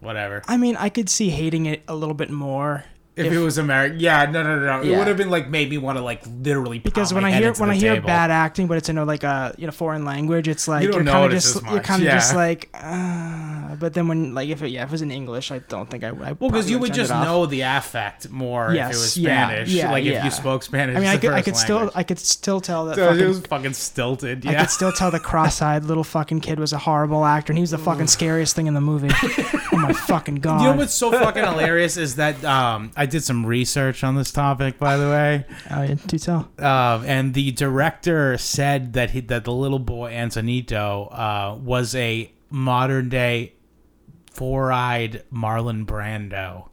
[SPEAKER 1] whatever.
[SPEAKER 3] I mean, I could see hating it a little bit more
[SPEAKER 1] If, it was American, yeah, no, no, no, no. It
[SPEAKER 2] Yeah.
[SPEAKER 1] would have been like made me want to like literally. pound
[SPEAKER 3] because when
[SPEAKER 1] my
[SPEAKER 3] I
[SPEAKER 1] head
[SPEAKER 3] hear
[SPEAKER 1] into
[SPEAKER 3] when
[SPEAKER 1] the
[SPEAKER 3] I hear
[SPEAKER 1] table.
[SPEAKER 3] bad acting, but it's in a like a you know foreign language, it's like
[SPEAKER 1] You
[SPEAKER 3] you
[SPEAKER 1] don't
[SPEAKER 3] are kind of
[SPEAKER 1] notice
[SPEAKER 3] just
[SPEAKER 1] as
[SPEAKER 3] you're
[SPEAKER 1] much,
[SPEAKER 3] kind of
[SPEAKER 1] yeah.
[SPEAKER 3] just like uh, but then when like if it yeah if it was in English, I don't think I, I
[SPEAKER 1] Well, because you would just know the affect more if it
[SPEAKER 3] Yes,
[SPEAKER 1] was
[SPEAKER 3] yeah,
[SPEAKER 1] Spanish.
[SPEAKER 3] yeah,
[SPEAKER 1] like if
[SPEAKER 3] yeah.
[SPEAKER 1] you spoke Spanish.
[SPEAKER 3] I mean,
[SPEAKER 1] as
[SPEAKER 3] I
[SPEAKER 1] the
[SPEAKER 3] could I
[SPEAKER 1] first
[SPEAKER 3] could still
[SPEAKER 1] language.
[SPEAKER 3] I could still tell that
[SPEAKER 1] So it was
[SPEAKER 3] fucking.
[SPEAKER 1] fucking stilted.
[SPEAKER 3] I
[SPEAKER 1] Yeah.
[SPEAKER 3] could still tell the cross-eyed little fucking kid was a horrible actor, and he was
[SPEAKER 1] (laughs)
[SPEAKER 3] the fucking scariest thing in the movie. oh my fucking god! (laughs)
[SPEAKER 1] You know what's so fucking hilarious is that um, I I did some research on this topic, by the way.
[SPEAKER 3] Oh, yeah, do tell.
[SPEAKER 1] Uh, and the director said that he, that the little boy Antonito uh, was a modern day four eyed Marlon Brando,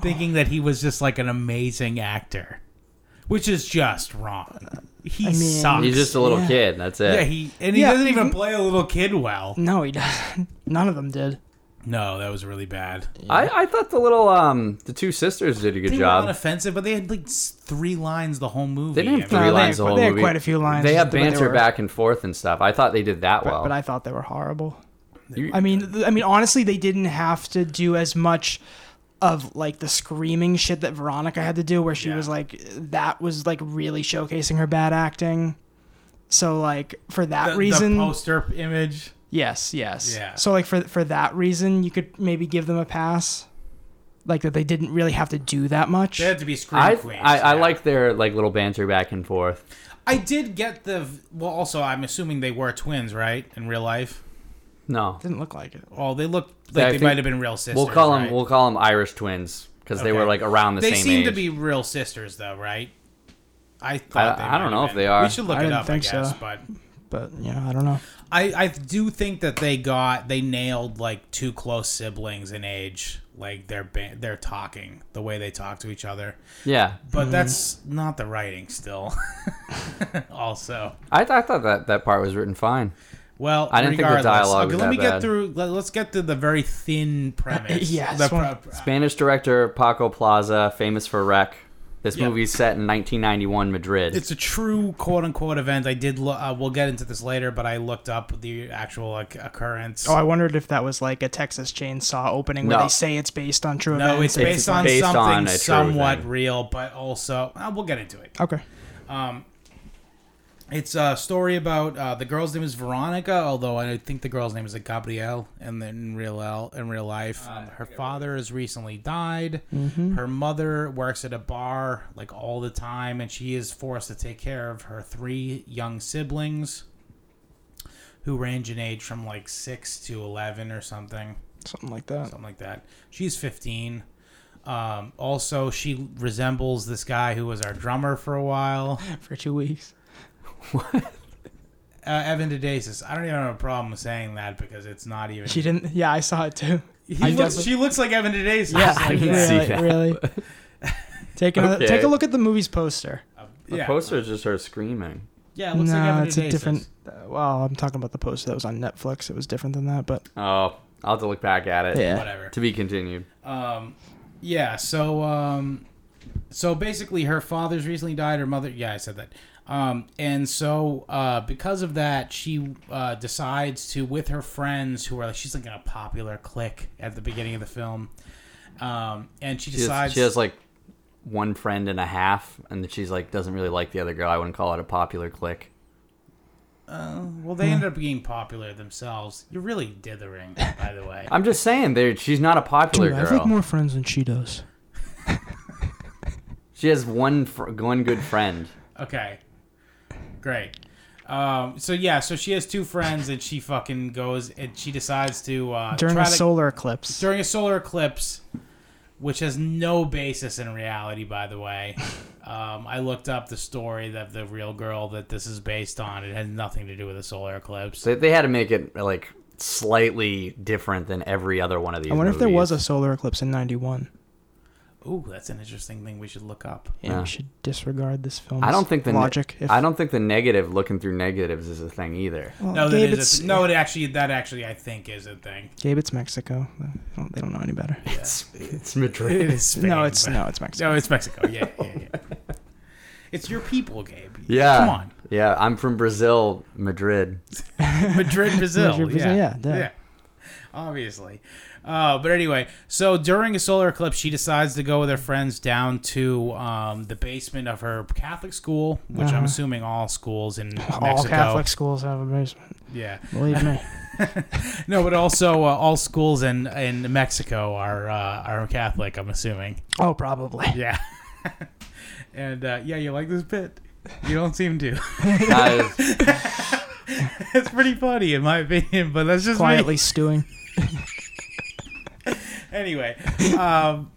[SPEAKER 1] thinking that he was just like an amazing actor, which is just wrong. He
[SPEAKER 3] I mean-
[SPEAKER 1] sucks.
[SPEAKER 2] He's just a little
[SPEAKER 3] Yeah.
[SPEAKER 2] kid. That's it.
[SPEAKER 1] yeah, he and he
[SPEAKER 3] Yeah.
[SPEAKER 1] doesn't even play a little kid well.
[SPEAKER 3] No, he doesn't. None of them did.
[SPEAKER 1] No, that was really bad.
[SPEAKER 2] I, I thought the little um the two sisters did a good
[SPEAKER 1] They were not
[SPEAKER 2] job.
[SPEAKER 1] offensive, but they had like s- three lines the whole movie.
[SPEAKER 2] They didn't have
[SPEAKER 1] I
[SPEAKER 2] three
[SPEAKER 1] mean,
[SPEAKER 3] No, they
[SPEAKER 2] lines
[SPEAKER 3] had-
[SPEAKER 2] the whole
[SPEAKER 3] they had
[SPEAKER 2] movie.
[SPEAKER 3] quite a few lines,
[SPEAKER 2] They have
[SPEAKER 3] but they
[SPEAKER 2] banter
[SPEAKER 3] were-
[SPEAKER 2] back and forth and stuff. I thought they did that well.
[SPEAKER 3] But I thought they were horrible.
[SPEAKER 2] You-
[SPEAKER 3] I mean, th- I mean, honestly, they didn't have to do as much of like the screaming shit that Veronica had to do, where she
[SPEAKER 1] Yeah.
[SPEAKER 3] was like, that was like really showcasing her bad acting. So like for that
[SPEAKER 1] the- the
[SPEAKER 3] reason,
[SPEAKER 1] poster image.
[SPEAKER 3] yes, yes.
[SPEAKER 1] Yeah.
[SPEAKER 3] So like for for that reason, you could maybe give them a pass, like that they didn't really have to do that much.
[SPEAKER 1] They had to be scream
[SPEAKER 2] I,
[SPEAKER 1] queens.
[SPEAKER 2] I, I
[SPEAKER 1] yeah.
[SPEAKER 2] like their like little banter back and forth.
[SPEAKER 1] I did get the. Well, also, I'm assuming they were twins, right? In real life.
[SPEAKER 2] No,
[SPEAKER 3] Didn't look like it.
[SPEAKER 1] Oh, they looked
[SPEAKER 2] Yeah, I
[SPEAKER 1] like they
[SPEAKER 2] think-
[SPEAKER 1] might have been real sisters.
[SPEAKER 2] we'll call them
[SPEAKER 1] right?
[SPEAKER 2] we'll call them Irish twins because they
[SPEAKER 1] Okay.
[SPEAKER 2] were like around the
[SPEAKER 1] they
[SPEAKER 2] same
[SPEAKER 1] seem
[SPEAKER 2] age.
[SPEAKER 1] to be real sisters, though, right? I thought.
[SPEAKER 2] I-
[SPEAKER 1] they
[SPEAKER 2] I
[SPEAKER 1] might
[SPEAKER 2] don't
[SPEAKER 1] have
[SPEAKER 2] know if
[SPEAKER 1] been.
[SPEAKER 2] they are.
[SPEAKER 1] We should look
[SPEAKER 3] I
[SPEAKER 1] it
[SPEAKER 3] didn't
[SPEAKER 1] up, I
[SPEAKER 3] think so.
[SPEAKER 1] guess. But
[SPEAKER 3] But yeah, I don't know.
[SPEAKER 1] I, I do think that they got they nailed like two close siblings in age, like they're ba- they're talking the way they talk to each other.
[SPEAKER 2] yeah,
[SPEAKER 1] But that's not the writing still. (laughs) also,
[SPEAKER 2] I, th- I thought that that part was written fine.
[SPEAKER 1] well,
[SPEAKER 2] I didn't think the
[SPEAKER 1] regardless,
[SPEAKER 2] dialogue
[SPEAKER 1] okay,
[SPEAKER 2] was
[SPEAKER 1] let
[SPEAKER 2] that
[SPEAKER 1] me get
[SPEAKER 2] bad.
[SPEAKER 1] through. Let, us get to the very thin
[SPEAKER 2] (laughs)
[SPEAKER 1] premise.
[SPEAKER 3] Yeah,
[SPEAKER 1] The
[SPEAKER 3] this one-
[SPEAKER 2] Spanish director Paco Plaza, famous for Wreck. This
[SPEAKER 1] Yeah.
[SPEAKER 2] movie's set in 1991 Madrid.
[SPEAKER 1] it's a true quote unquote event. I did. Lo- uh, we'll get into this later, but I looked up the actual like, occurrence.
[SPEAKER 3] Oh, I wondered if that was like a Texas Chainsaw opening where
[SPEAKER 2] No.
[SPEAKER 3] they say it's based on true
[SPEAKER 1] no, it's
[SPEAKER 3] events.
[SPEAKER 1] based on
[SPEAKER 2] based on
[SPEAKER 1] something
[SPEAKER 2] a true
[SPEAKER 1] somewhat
[SPEAKER 2] thing.
[SPEAKER 1] real, but also uh, we'll get into it.
[SPEAKER 3] okay.
[SPEAKER 1] It's a story about uh, the girl's name is Veronica, although I think the girl's name is like Gabrielle, and then in real el- in real life, um, her father has recently died. Her mother works at a bar like all the time, and she is forced to take care of her three young siblings, who range in age from like six to eleven or something
[SPEAKER 3] Something like that.
[SPEAKER 1] something like that. She's 15. Um, also, she resembles this guy who was our drummer for a while,
[SPEAKER 3] For two weeks.
[SPEAKER 1] uh, Evan Dedasis. I don't even have a problem with saying that because it's not even.
[SPEAKER 3] She didn't. Yeah, I saw it too.
[SPEAKER 1] He
[SPEAKER 3] I
[SPEAKER 1] looks,
[SPEAKER 3] definitely-
[SPEAKER 1] she looks like Evan Dedasis.
[SPEAKER 2] (laughs)
[SPEAKER 1] Like,
[SPEAKER 2] I didn't
[SPEAKER 1] yeah.
[SPEAKER 2] see
[SPEAKER 3] really,
[SPEAKER 2] that.
[SPEAKER 3] Really. Take another,
[SPEAKER 2] Okay.
[SPEAKER 3] take a look at the movie's poster.
[SPEAKER 2] the
[SPEAKER 1] yeah.
[SPEAKER 2] poster is just her screaming.
[SPEAKER 1] Yeah, it looks
[SPEAKER 3] no,
[SPEAKER 1] like Evan
[SPEAKER 3] it's a
[SPEAKER 1] Dedasis.
[SPEAKER 3] different. Uh, well, I'm talking about the poster that was on Netflix. It was different than that, but
[SPEAKER 2] Oh, I'll have to look back at it.
[SPEAKER 3] yeah.
[SPEAKER 1] Whatever.
[SPEAKER 2] To be continued.
[SPEAKER 1] Um, yeah. So, um, so basically, her father's recently died. Her mother. Yeah, I said that. Um, and so, uh, because of that, she uh, decides to, with her friends, who are she's like in a popular clique at the beginning of the film, um, and she
[SPEAKER 2] She has,
[SPEAKER 1] decides
[SPEAKER 2] she has like one friend and a half, and she's like doesn't really like the other girl. I wouldn't call it a popular clique.
[SPEAKER 1] well,
[SPEAKER 3] Hmm.
[SPEAKER 1] they ended up being popular themselves. You're really dithering, by the way.
[SPEAKER 2] I'm just saying, there she's not a popular
[SPEAKER 3] I've
[SPEAKER 2] girl.
[SPEAKER 3] more friends than she does.
[SPEAKER 2] She has one fr- one good friend.
[SPEAKER 1] Okay. Great. Um, so yeah, so she has two friends, and she fucking goes, and she decides to uh,
[SPEAKER 3] During
[SPEAKER 1] try
[SPEAKER 3] a
[SPEAKER 1] to,
[SPEAKER 3] solar eclipse,
[SPEAKER 1] during a solar eclipse, which has no basis in reality, by the way. Um, I looked up the story that the real girl that this is based on. It has nothing to do with a solar eclipse.
[SPEAKER 2] So they had to make it like slightly different than every other one of these.
[SPEAKER 3] I wonder if there was
[SPEAKER 2] movies.
[SPEAKER 3] a solar eclipse in '91.
[SPEAKER 1] Ooh, that's an interesting thing we should look up.
[SPEAKER 3] And
[SPEAKER 2] Yeah.
[SPEAKER 3] we should disregard this film.
[SPEAKER 2] I don't think the ne-
[SPEAKER 3] logic. if,
[SPEAKER 2] I don't think the negative looking through negatives is a thing
[SPEAKER 3] (laughs)
[SPEAKER 2] either.
[SPEAKER 3] Well,
[SPEAKER 1] No, that
[SPEAKER 3] Oh, Gabe,
[SPEAKER 1] is a
[SPEAKER 3] it's,
[SPEAKER 1] th- no. It actually, that actually, I think is a thing.
[SPEAKER 3] Gabe, it's Mexico. They don't- they don't know any better.
[SPEAKER 2] It's, it's Madrid.
[SPEAKER 1] is
[SPEAKER 3] no, it's no, it's Mexico.
[SPEAKER 1] no, it's Mexico. Yeah, yeah, yeah. it's your people, Gabe.
[SPEAKER 2] Yeah.
[SPEAKER 1] come on,
[SPEAKER 2] Yeah, I'm from Brazil,
[SPEAKER 3] (laughs)
[SPEAKER 2] Madrid.
[SPEAKER 1] Madrid, Brazil.
[SPEAKER 3] Madrid, Brazil,
[SPEAKER 1] yeah.
[SPEAKER 3] yeah, yeah.
[SPEAKER 1] Obviously. Uh, but anyway, so during a solar eclipse, she decides to go with her friends down to um, the basement of her Catholic school, which I'm
[SPEAKER 3] Uh-huh.
[SPEAKER 1] assuming all schools in
[SPEAKER 3] All
[SPEAKER 1] Mexico.
[SPEAKER 3] Catholic schools have a basement.
[SPEAKER 1] Yeah.
[SPEAKER 3] Believe
[SPEAKER 1] (laughs)
[SPEAKER 3] me.
[SPEAKER 1] No, but also uh, all schools in, in Mexico are uh, are Catholic, I'm assuming.
[SPEAKER 3] Oh, probably.
[SPEAKER 1] Yeah. (laughs) and uh, yeah, you like this bit? You don't seem to. (laughs)
[SPEAKER 2] That is-
[SPEAKER 1] it's pretty funny, in my opinion, but that's just me. (laughs)
[SPEAKER 3] Quietly stewing.
[SPEAKER 1] anyway, um,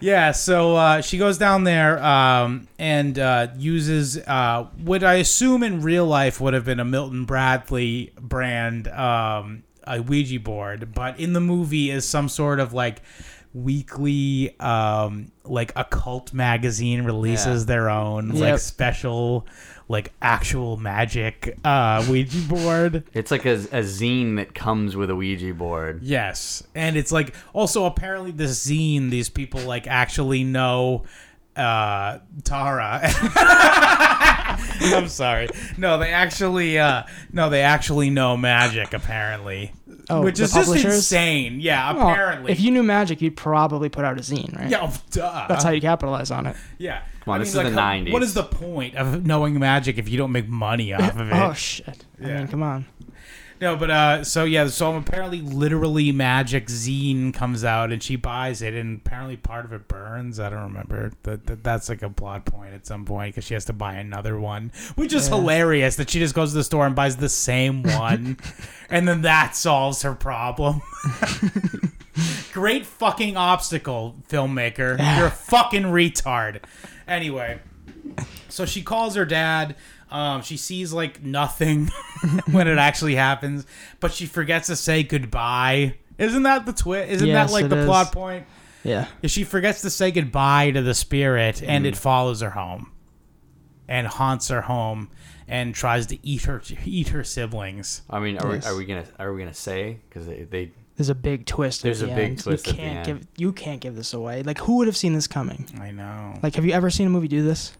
[SPEAKER 1] yeah, so uh, she goes down there um, and uh, uses uh, what I assume in real life would have been a Milton Bradley brand um, a Ouija board, but in the movie is some sort of like weekly um, like occult magazine releases their own like
[SPEAKER 3] Yep.
[SPEAKER 1] special like actual magic uh, Ouija board.
[SPEAKER 2] It's like a, a zine that comes with a Ouija board.
[SPEAKER 1] Yes, and it's like also apparently this zine these people like actually know uh Tara. (laughs) I'm sorry. No, they actually uh no, they actually know magic apparently.
[SPEAKER 3] Oh,
[SPEAKER 1] Which
[SPEAKER 3] the
[SPEAKER 1] is just
[SPEAKER 3] publishers?
[SPEAKER 1] insane. Yeah,
[SPEAKER 3] Well,
[SPEAKER 1] apparently.
[SPEAKER 3] Oh, if you knew magic, you'd probably put out a zine, right?
[SPEAKER 1] yeah, oh, duh.
[SPEAKER 3] That's how you capitalize on it.
[SPEAKER 1] yeah.
[SPEAKER 2] Come on, this is the
[SPEAKER 1] how-
[SPEAKER 2] 90s.
[SPEAKER 1] What is the point of knowing magic if you don't make money off of it?
[SPEAKER 3] (laughs) Oh shit! I
[SPEAKER 1] Yeah.
[SPEAKER 3] mean, come on.
[SPEAKER 1] No, but uh, so yeah, so apparently, literally, Magic Zine comes out and she buys it, and apparently, part of it burns. I don't remember. That, that that's like a plot point at some point because she has to buy another one, which is hilarious that she just goes to the store and buys the same one, and then that solves her problem. (laughs) Great fucking obstacle, filmmaker. You're a fucking retard. Anyway. So she calls her dad. Um, she sees like nothing (laughs) when it actually happens, but she forgets to say goodbye. Isn't that the twist? Isn't
[SPEAKER 3] Yes,
[SPEAKER 1] that like
[SPEAKER 3] it
[SPEAKER 1] the
[SPEAKER 3] is.
[SPEAKER 1] plot point?
[SPEAKER 3] Yeah.
[SPEAKER 1] She forgets to say goodbye to the spirit, and
[SPEAKER 3] Mm.
[SPEAKER 1] it follows her home, and haunts her home, and tries to eat her eat her siblings.
[SPEAKER 2] I mean, are,
[SPEAKER 3] Yes.
[SPEAKER 2] we, are we gonna are we gonna say? Because they, they
[SPEAKER 3] There's a big twist. at
[SPEAKER 2] There's
[SPEAKER 3] the
[SPEAKER 2] a big
[SPEAKER 3] end.
[SPEAKER 2] twist
[SPEAKER 3] You
[SPEAKER 2] at the
[SPEAKER 3] can't
[SPEAKER 2] end.
[SPEAKER 3] give. You can't give this away. Like, who would have seen this coming?
[SPEAKER 1] I know,
[SPEAKER 3] Like, have you ever seen a movie do this?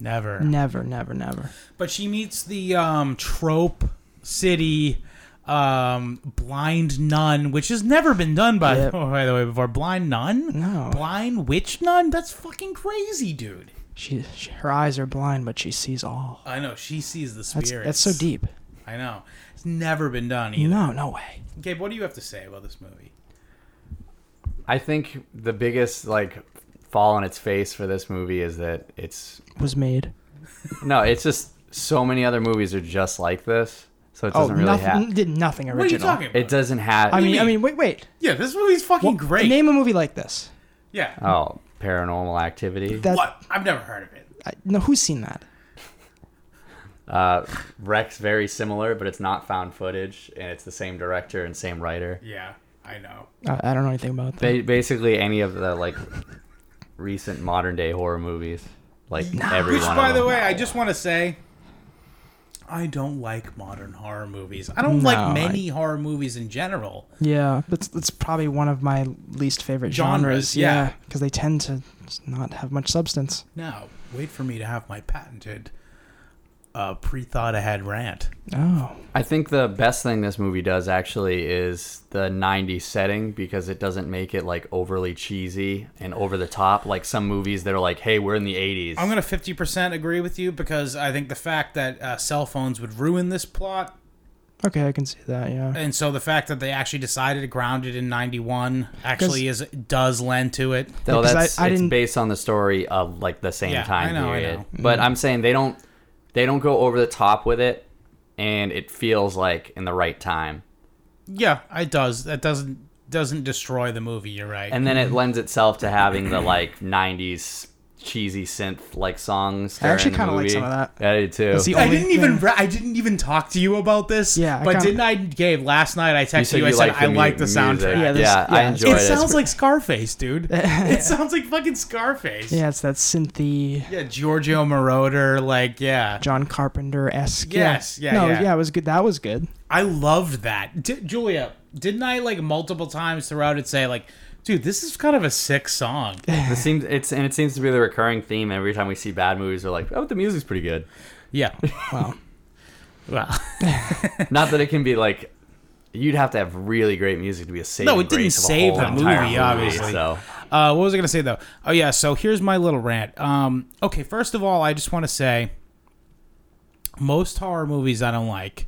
[SPEAKER 1] never.
[SPEAKER 3] Never, never, never.
[SPEAKER 1] But she meets the um, trope city um, blind nun, which has never been done by, oh,
[SPEAKER 3] Yep.
[SPEAKER 1] by the way before. Blind nun.
[SPEAKER 3] No.
[SPEAKER 1] Blind witch nun? That's fucking crazy, dude.
[SPEAKER 3] She, she her eyes are blind, but she sees all.
[SPEAKER 1] I know. She sees the
[SPEAKER 3] That's
[SPEAKER 1] spirits.
[SPEAKER 3] that's so deep.
[SPEAKER 1] I know. It's never been done either.
[SPEAKER 3] No, no way.
[SPEAKER 1] Gabe, what do you have to say about this movie?
[SPEAKER 2] I think the biggest like fall on its face for this movie is that it's
[SPEAKER 3] Was made.
[SPEAKER 2] no, it's just so many other movies are just like this, so it doesn't really
[SPEAKER 3] Oh, nothing.
[SPEAKER 2] have
[SPEAKER 3] Did nothing original.
[SPEAKER 1] What are you talking about?
[SPEAKER 2] it doesn't have.
[SPEAKER 3] I mean, I
[SPEAKER 1] mean?
[SPEAKER 3] mean, wait, wait.
[SPEAKER 1] yeah, this movie's fucking great.
[SPEAKER 3] Name a movie like this.
[SPEAKER 1] yeah.
[SPEAKER 2] oh, Paranormal Activity,
[SPEAKER 3] That
[SPEAKER 1] what? I've never heard of it.
[SPEAKER 3] I, no, who's seen that?
[SPEAKER 2] uh, Rex, very similar, but it's not found footage, and it's the same director and same writer.
[SPEAKER 1] Yeah, I know.
[SPEAKER 3] I, I don't know anything about that.
[SPEAKER 2] Ba- basically, any of the like recent modern day horror movies, like every
[SPEAKER 1] Which,
[SPEAKER 2] one
[SPEAKER 1] by
[SPEAKER 2] of
[SPEAKER 1] the
[SPEAKER 2] them.
[SPEAKER 1] way, I just want to say, I don't like modern horror movies. I don't
[SPEAKER 3] No,
[SPEAKER 1] like
[SPEAKER 3] I-
[SPEAKER 1] many horror movies in general.
[SPEAKER 3] Yeah, that's that's probably one of my least favorite
[SPEAKER 1] Genres,
[SPEAKER 3] genres.
[SPEAKER 1] yeah.
[SPEAKER 3] because they tend to just not have much substance.
[SPEAKER 1] Now, wait for me to have my patented, uh, pre-thought ahead rant.
[SPEAKER 3] Oh,
[SPEAKER 2] I think the best thing this movie does actually is the 90s setting because it doesn't make it like overly cheesy and over the top like some movies that are like, hey, we're in the 80s.
[SPEAKER 1] I'm gonna fifty percent agree with you because I think the fact that uh, cell phones would ruin this plot,
[SPEAKER 3] okay, I can see that. Yeah,
[SPEAKER 1] and so the fact that they actually decided to ground it in '91 actually is does lend to it.
[SPEAKER 2] Though
[SPEAKER 3] because I-
[SPEAKER 2] that's
[SPEAKER 3] I
[SPEAKER 2] it's
[SPEAKER 3] didn't-
[SPEAKER 2] based on the story of like the same
[SPEAKER 1] Yeah,
[SPEAKER 2] time
[SPEAKER 1] I know, I
[SPEAKER 2] period.
[SPEAKER 1] know.
[SPEAKER 2] But
[SPEAKER 3] Mm-hmm.
[SPEAKER 2] I'm saying they don't they don't go over the top with it and it feels like in the right time.
[SPEAKER 1] Yeah, it does. That doesn't doesn't destroy the movie. You're right.
[SPEAKER 2] And then it lends itself to having the like 90s cheesy synth like songs.
[SPEAKER 3] I actually
[SPEAKER 2] during the
[SPEAKER 3] kinda like
[SPEAKER 2] movie.
[SPEAKER 3] some of that.
[SPEAKER 2] I do too.
[SPEAKER 3] That's the
[SPEAKER 1] I
[SPEAKER 3] only-
[SPEAKER 1] didn't even ra- I didn't even talk to you about this.
[SPEAKER 3] Yeah, I
[SPEAKER 1] but
[SPEAKER 3] kinda-
[SPEAKER 1] didn't I, Gabe? Last night I texted
[SPEAKER 2] said
[SPEAKER 1] you. I
[SPEAKER 2] you
[SPEAKER 1] said
[SPEAKER 2] liked the
[SPEAKER 1] I
[SPEAKER 2] mu-
[SPEAKER 1] like the
[SPEAKER 2] music.
[SPEAKER 1] soundtrack.
[SPEAKER 2] Yeah,
[SPEAKER 3] Yeah, there's-
[SPEAKER 2] I
[SPEAKER 3] yeah.
[SPEAKER 2] enjoyed
[SPEAKER 1] It
[SPEAKER 2] it.
[SPEAKER 1] sounds like Scarface,
[SPEAKER 3] (laughs)
[SPEAKER 1] dude. it sounds like fucking Scarface.
[SPEAKER 3] yeah, it's that synthy
[SPEAKER 1] Yeah, Giorgio Moroder, like, yeah.
[SPEAKER 3] John Carpenter esque.
[SPEAKER 1] Yes, yeah,
[SPEAKER 3] no,
[SPEAKER 1] yeah.
[SPEAKER 3] it was good. That was good.
[SPEAKER 1] I loved that. D- Julia, didn't I like multiple times throughout it say like, dude, this is kind of a sick
[SPEAKER 3] (laughs)
[SPEAKER 1] song.
[SPEAKER 2] This seems it's and it seems to be the recurring theme every time we see bad movies. We're like, oh, the music's pretty good.
[SPEAKER 1] yeah. (laughs)
[SPEAKER 3] Wow.
[SPEAKER 1] Well,
[SPEAKER 2] Not that it can be like, you'd have to have really great music to be a saving
[SPEAKER 1] No, it didn't
[SPEAKER 2] grace of a
[SPEAKER 1] save
[SPEAKER 2] whole
[SPEAKER 1] the
[SPEAKER 2] entire
[SPEAKER 1] movie, obviously.
[SPEAKER 2] So
[SPEAKER 1] uh, what was I gonna say though? Oh yeah, so here's my little rant. Um, okay, first of all, I just want to say most horror movies I don't like,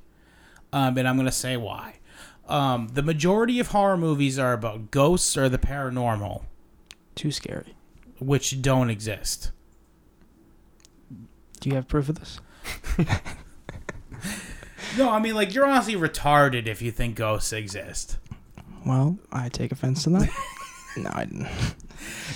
[SPEAKER 1] um, and I'm gonna say why. Um, the majority of horror movies are about ghosts or the paranormal,
[SPEAKER 3] Too scary.
[SPEAKER 1] which don't exist.
[SPEAKER 3] Do you have proof of this?
[SPEAKER 1] No, I mean like you're honestly retarded if you think ghosts exist. (laughs)
[SPEAKER 3] Well, I take offense to that. no, I didn't.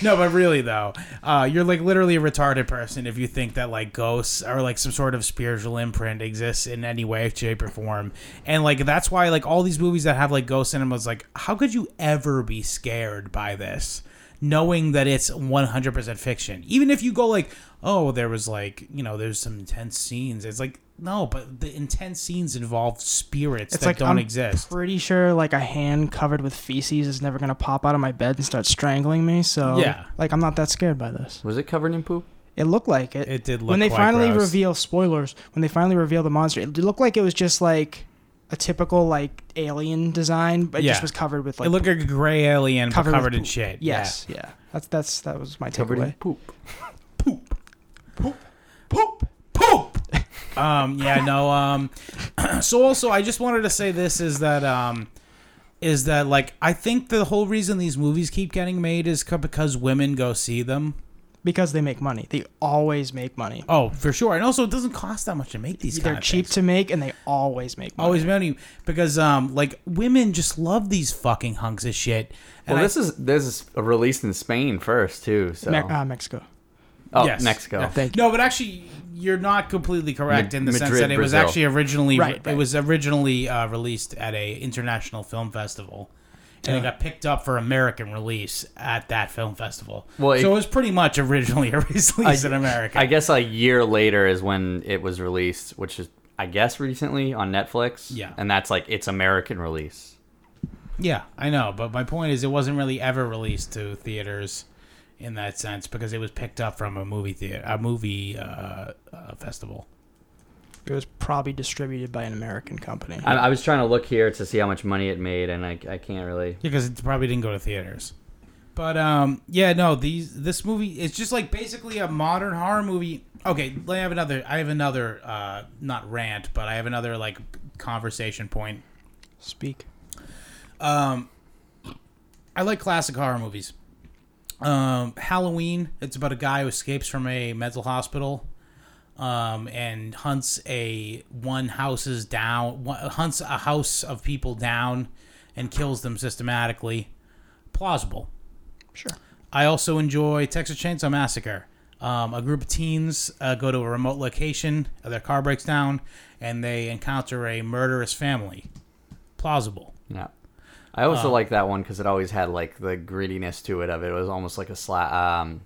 [SPEAKER 1] No, but really though, uh, you're like literally a retarded person if you think that like ghosts or like some sort of spiritual imprint exists in any way, shape, or form. And like that's why like all these movies that have like ghosts in them is like, how could you ever be scared by this? Knowing that it's 100% fiction, even if you go like, oh, there was like, you know, there's some intense scenes. It's like, no, but the intense scenes involve spirits
[SPEAKER 3] It's
[SPEAKER 1] that
[SPEAKER 3] like um,
[SPEAKER 1] don't
[SPEAKER 3] I'm
[SPEAKER 1] exist.
[SPEAKER 3] Pretty sure like a hand covered with feces is never gonna pop out of my bed and start strangling me. So
[SPEAKER 1] Yeah.
[SPEAKER 3] like I'm not that scared by this.
[SPEAKER 2] Was it covered in poop?
[SPEAKER 3] It looked like it.
[SPEAKER 1] It did look
[SPEAKER 3] when they
[SPEAKER 1] quite
[SPEAKER 3] finally
[SPEAKER 1] gross.
[SPEAKER 3] reveal spoilers. When they finally reveal the monster, it looked like it was just like a typical like alien design, but it
[SPEAKER 1] Yeah.
[SPEAKER 3] just was covered with like
[SPEAKER 1] it looked like a gray alien covered,
[SPEAKER 3] Covered with
[SPEAKER 1] covered in
[SPEAKER 3] poop.
[SPEAKER 1] shit.
[SPEAKER 3] yes, yeah. That's that's that was my
[SPEAKER 2] Covered in
[SPEAKER 3] takeaway.
[SPEAKER 2] poop.
[SPEAKER 1] poop, poop, poop, poop. um, yeah, no. Um, (clears throat) so also, I just wanted to say this is that um, is that like I think the whole reason these movies keep getting made is co- because women go see them.
[SPEAKER 3] Because they make money. They always make money.
[SPEAKER 1] Oh, for sure, and also it doesn't cost that much to make these.
[SPEAKER 3] They're
[SPEAKER 1] kind of
[SPEAKER 3] cheap
[SPEAKER 1] things.
[SPEAKER 3] to make and they always make money.
[SPEAKER 1] Always money because um like women just love these fucking hunks of shit. And
[SPEAKER 2] Well,
[SPEAKER 1] I-
[SPEAKER 2] this is there's a release in Spain first too. So
[SPEAKER 3] Me- uh, Mexico.
[SPEAKER 2] oh,
[SPEAKER 1] Yes.
[SPEAKER 2] Mexico.
[SPEAKER 1] Yeah.
[SPEAKER 3] Thank
[SPEAKER 1] No, but actually, you're not completely correct
[SPEAKER 2] Ma-
[SPEAKER 1] in the sense
[SPEAKER 2] Madrid,
[SPEAKER 1] that it was
[SPEAKER 2] Brazil.
[SPEAKER 1] actually originally
[SPEAKER 3] Right,
[SPEAKER 1] it
[SPEAKER 3] right.
[SPEAKER 1] was originally uh, released at a international film festival, and it
[SPEAKER 3] Yeah.
[SPEAKER 1] got picked up for American release at that film festival.
[SPEAKER 2] Well, it-
[SPEAKER 1] so it was pretty much originally (laughs) released in America.
[SPEAKER 2] I guess a year later is when it was released, which is I guess recently on Netflix.
[SPEAKER 1] Yeah.
[SPEAKER 2] and that's like its American release.
[SPEAKER 1] yeah, I know, but my point is, it wasn't really ever released to theaters in that sense because it was picked up from a movie theater, a movie uh, uh, festival.
[SPEAKER 3] It was probably distributed by an American company.
[SPEAKER 2] I, I was trying to look here to see how much money it made, and I, I can't really.
[SPEAKER 1] Yeah, because it probably didn't go to theaters. But um, yeah, no, these this movie it's just like basically a modern horror movie. Okay, I have another. I have another uh, not rant, but I have another like conversation point.
[SPEAKER 3] Speak.
[SPEAKER 1] Um, I like classic horror movies. Um, Halloween. It's about a guy who escapes from a mental hospital, um, and hunts a one houses down, one, hunts a house of people down, and kills them systematically. Plausible.
[SPEAKER 3] Sure.
[SPEAKER 1] I also enjoy Texas Chainsaw Massacre. Um, a group of teens uh, go to a remote location, uh, their car breaks down, and they encounter a murderous family. Plausible.
[SPEAKER 2] Yeah. I also
[SPEAKER 1] Oh.
[SPEAKER 2] like that one because it always had like the grittiness to it of it. It was almost like a sla Um,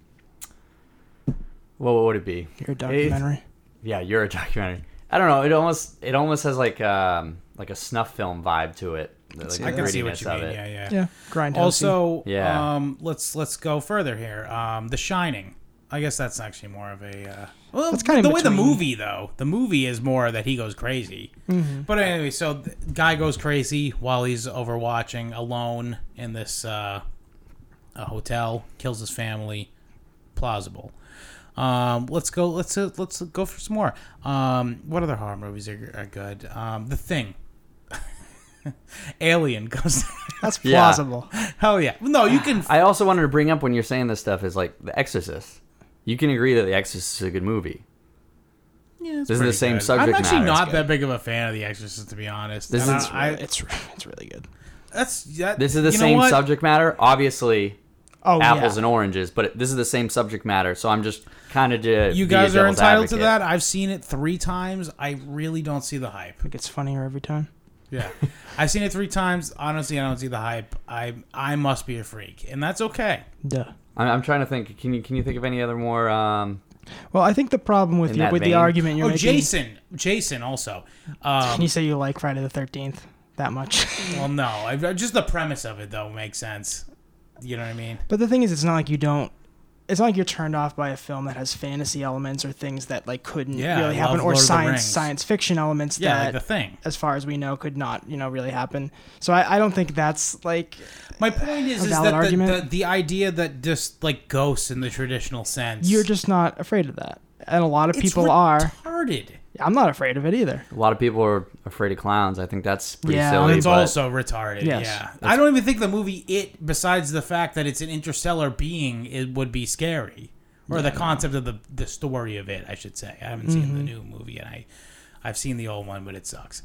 [SPEAKER 2] what what would it be?
[SPEAKER 3] Your documentary.
[SPEAKER 2] Yeah, you're a (laughs) documentary. I don't know. It almost it almost has like um like a snuff film vibe to it. Like
[SPEAKER 3] see
[SPEAKER 2] the
[SPEAKER 1] I
[SPEAKER 3] that.
[SPEAKER 1] can see what
[SPEAKER 2] grittiness
[SPEAKER 1] you
[SPEAKER 2] of
[SPEAKER 1] mean.
[SPEAKER 2] it.
[SPEAKER 1] Yeah, yeah.
[SPEAKER 3] yeah. Grindhouse.
[SPEAKER 1] Also,
[SPEAKER 2] Yeah.
[SPEAKER 1] um, let's let's go further here. Um, The Shining. I guess that's actually more of a uh, well,
[SPEAKER 3] That's kind of
[SPEAKER 1] the way the
[SPEAKER 3] between.
[SPEAKER 1] movie though. The movie is more that he goes crazy.
[SPEAKER 3] Mm-hmm.
[SPEAKER 1] But anyway, so the guy goes crazy while he's overwatching alone in this uh, a hotel, kills his family. Plausible. Um, let's go. Let's uh, let's go for some more. Um, what other horror movies are, are good? Um, the Thing. (laughs) Alien (laughs)
[SPEAKER 3] (laughs)
[SPEAKER 1] comes.
[SPEAKER 3] That's
[SPEAKER 2] Yeah.
[SPEAKER 3] plausible.
[SPEAKER 1] Hell yeah! No, you can
[SPEAKER 2] Ah, I also wanted to bring up when you're saying this stuff is like The Exorcist. You can agree that The Exorcist is a good movie.
[SPEAKER 1] Yeah, it's
[SPEAKER 2] This is the
[SPEAKER 1] pretty
[SPEAKER 2] same
[SPEAKER 1] good.
[SPEAKER 2] subject
[SPEAKER 1] I'm actually
[SPEAKER 2] matter.
[SPEAKER 1] not
[SPEAKER 2] It's
[SPEAKER 1] that big of a fan of The Exorcist, to be honest.
[SPEAKER 2] This
[SPEAKER 1] And
[SPEAKER 2] is-
[SPEAKER 1] I, I-
[SPEAKER 3] it's it's really good.
[SPEAKER 1] that's that,
[SPEAKER 2] This is the
[SPEAKER 1] you know
[SPEAKER 2] same
[SPEAKER 1] what?
[SPEAKER 2] subject matter. Obviously,
[SPEAKER 3] Oh
[SPEAKER 2] apples
[SPEAKER 3] yeah.
[SPEAKER 2] and oranges, but it- this is the same subject matter. So I'm just kind of
[SPEAKER 1] You guys are entitled to that. I've seen it three times. I really don't see the hype.
[SPEAKER 3] it gets funnier every time.
[SPEAKER 2] (laughs)
[SPEAKER 1] Yeah, I've seen it three times. Honestly, I don't see the hype. I I must be a freak, and that's okay.
[SPEAKER 3] Duh.
[SPEAKER 2] I'm, I'm trying to think. Can you can you think of any other more? Um,
[SPEAKER 3] Well, I think the problem with
[SPEAKER 2] In
[SPEAKER 3] your,
[SPEAKER 2] that
[SPEAKER 3] with the
[SPEAKER 2] vein.
[SPEAKER 3] argument you're
[SPEAKER 1] oh,
[SPEAKER 3] making.
[SPEAKER 1] Jason, Jason also.
[SPEAKER 2] (laughs)
[SPEAKER 3] Can
[SPEAKER 1] Um,
[SPEAKER 3] you say you like Friday the Thirteenth that much? (laughs)
[SPEAKER 1] well, no, I, just the premise of it though makes sense. You know what I mean?
[SPEAKER 3] but the thing is, it's not like you don't. It's not like you're turned off by a film that has fantasy elements or things that like couldn't
[SPEAKER 1] Yeah, I
[SPEAKER 3] really happen,
[SPEAKER 1] love
[SPEAKER 3] or
[SPEAKER 1] Lord of the Rings.
[SPEAKER 3] science science fiction elements
[SPEAKER 1] Yeah,
[SPEAKER 3] that,
[SPEAKER 1] like the thing.
[SPEAKER 3] as far as we know, could not you know really happen. So I, I don't think that's like
[SPEAKER 1] My point is,
[SPEAKER 3] A
[SPEAKER 1] is
[SPEAKER 3] valid
[SPEAKER 1] that the, the,
[SPEAKER 3] argument.
[SPEAKER 1] the idea that just like ghosts in the traditional sense,
[SPEAKER 3] you're just not afraid of that, and a lot of
[SPEAKER 1] It's
[SPEAKER 3] people are.
[SPEAKER 1] retarded.
[SPEAKER 3] I'm not afraid of it either.
[SPEAKER 2] a lot of people are afraid of clowns. I think that's pretty
[SPEAKER 3] Yeah,
[SPEAKER 2] silly.
[SPEAKER 1] It's
[SPEAKER 2] but
[SPEAKER 1] also retarded.
[SPEAKER 3] Yes.
[SPEAKER 1] yeah, I don't even think the movie it, besides the fact that it's an interstellar being, it would be
[SPEAKER 3] Mm-hmm.
[SPEAKER 1] scary, or the concept of the the story of it. I should say. I haven't seen the new movie, and I I've seen the old one, but it sucks.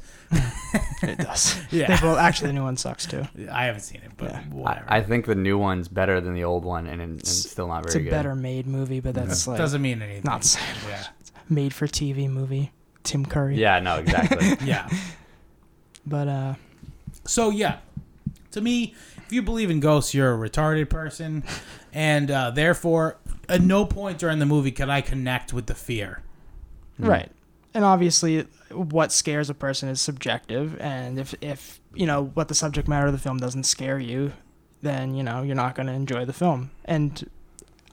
[SPEAKER 2] (laughs)
[SPEAKER 3] It does.
[SPEAKER 1] Yeah.
[SPEAKER 3] They both- actually, the new one sucks too.
[SPEAKER 1] I haven't seen it, but
[SPEAKER 3] Yeah.
[SPEAKER 1] whatever.
[SPEAKER 2] I, I think the new one's better than the old one, and, and, and still not very
[SPEAKER 3] It's a
[SPEAKER 2] good.
[SPEAKER 3] better made movie, but that's like
[SPEAKER 1] Mm-hmm. Doesn't mean anything.
[SPEAKER 3] not saying
[SPEAKER 1] Yeah.
[SPEAKER 3] made for TV movie. Tim Curry.
[SPEAKER 2] Yeah, no,
[SPEAKER 1] (laughs)
[SPEAKER 2] exactly.
[SPEAKER 3] (laughs)
[SPEAKER 1] Yeah.
[SPEAKER 3] But uh,
[SPEAKER 1] So yeah, to me, if you believe in ghosts, you're a retarded person, and uh, therefore, at no point during the movie could I connect with the fear. Mm.
[SPEAKER 3] right. And obviously, what scares a person is subjective. And if if you know what the subject matter of the film doesn't scare you, then you know you're not going to enjoy the film. And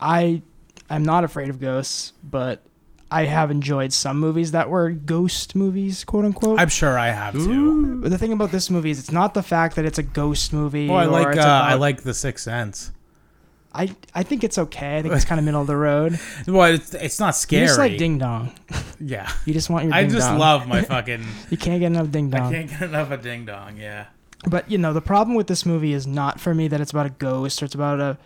[SPEAKER 3] I am not afraid of ghosts, but I have enjoyed some movies that were ghost movies, quote unquote.
[SPEAKER 1] I'm sure I have too.
[SPEAKER 3] But the thing about this movie is it's not the fact that it's a ghost movie.
[SPEAKER 1] Oh, I
[SPEAKER 3] or
[SPEAKER 1] like uh,
[SPEAKER 3] it's
[SPEAKER 1] I
[SPEAKER 3] about-
[SPEAKER 1] like the Sixth Sense.
[SPEAKER 3] I I think it's okay. I think it's kind of middle of the road.
[SPEAKER 1] Well, it's it's not
[SPEAKER 3] You
[SPEAKER 1] scary.
[SPEAKER 3] just like ding dong. (laughs)
[SPEAKER 1] yeah,
[SPEAKER 3] You just want your.
[SPEAKER 1] I
[SPEAKER 3] ding
[SPEAKER 1] just
[SPEAKER 3] dong.
[SPEAKER 1] love my fucking.
[SPEAKER 3] You can't get enough ding
[SPEAKER 1] I
[SPEAKER 3] (laughs) dong.
[SPEAKER 1] can't get enough of Ding Dong. Yeah.
[SPEAKER 3] But you know the problem with this movie is not for me that it's about a ghost or it's about a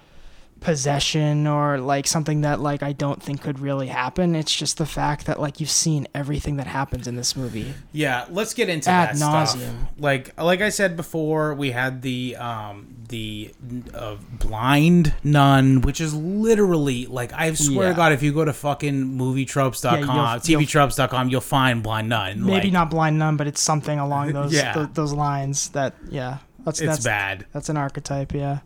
[SPEAKER 3] possession or like something that like I don't think could really happen. It's just the fact that like you've seen everything that happens in this movie.
[SPEAKER 1] Yeah, let's get into
[SPEAKER 3] Ad
[SPEAKER 1] that stuff.
[SPEAKER 3] nauseam.
[SPEAKER 1] Like like I said before, we had the um the uh, blind nun, which is literally like I swear
[SPEAKER 3] Yeah.
[SPEAKER 1] to God, if you go to fucking movietropes.com,
[SPEAKER 3] Yeah, you'll- you'll-
[SPEAKER 1] tvtropes.com, you'll find blind nun.
[SPEAKER 3] Maybe
[SPEAKER 1] like,
[SPEAKER 3] not blind nun, but it's
[SPEAKER 1] (laughs)
[SPEAKER 3] something along those
[SPEAKER 1] Yeah.
[SPEAKER 3] tho- those lines. That yeah, that's
[SPEAKER 1] It's
[SPEAKER 3] that's
[SPEAKER 1] bad.
[SPEAKER 3] that's an archetype. Yeah.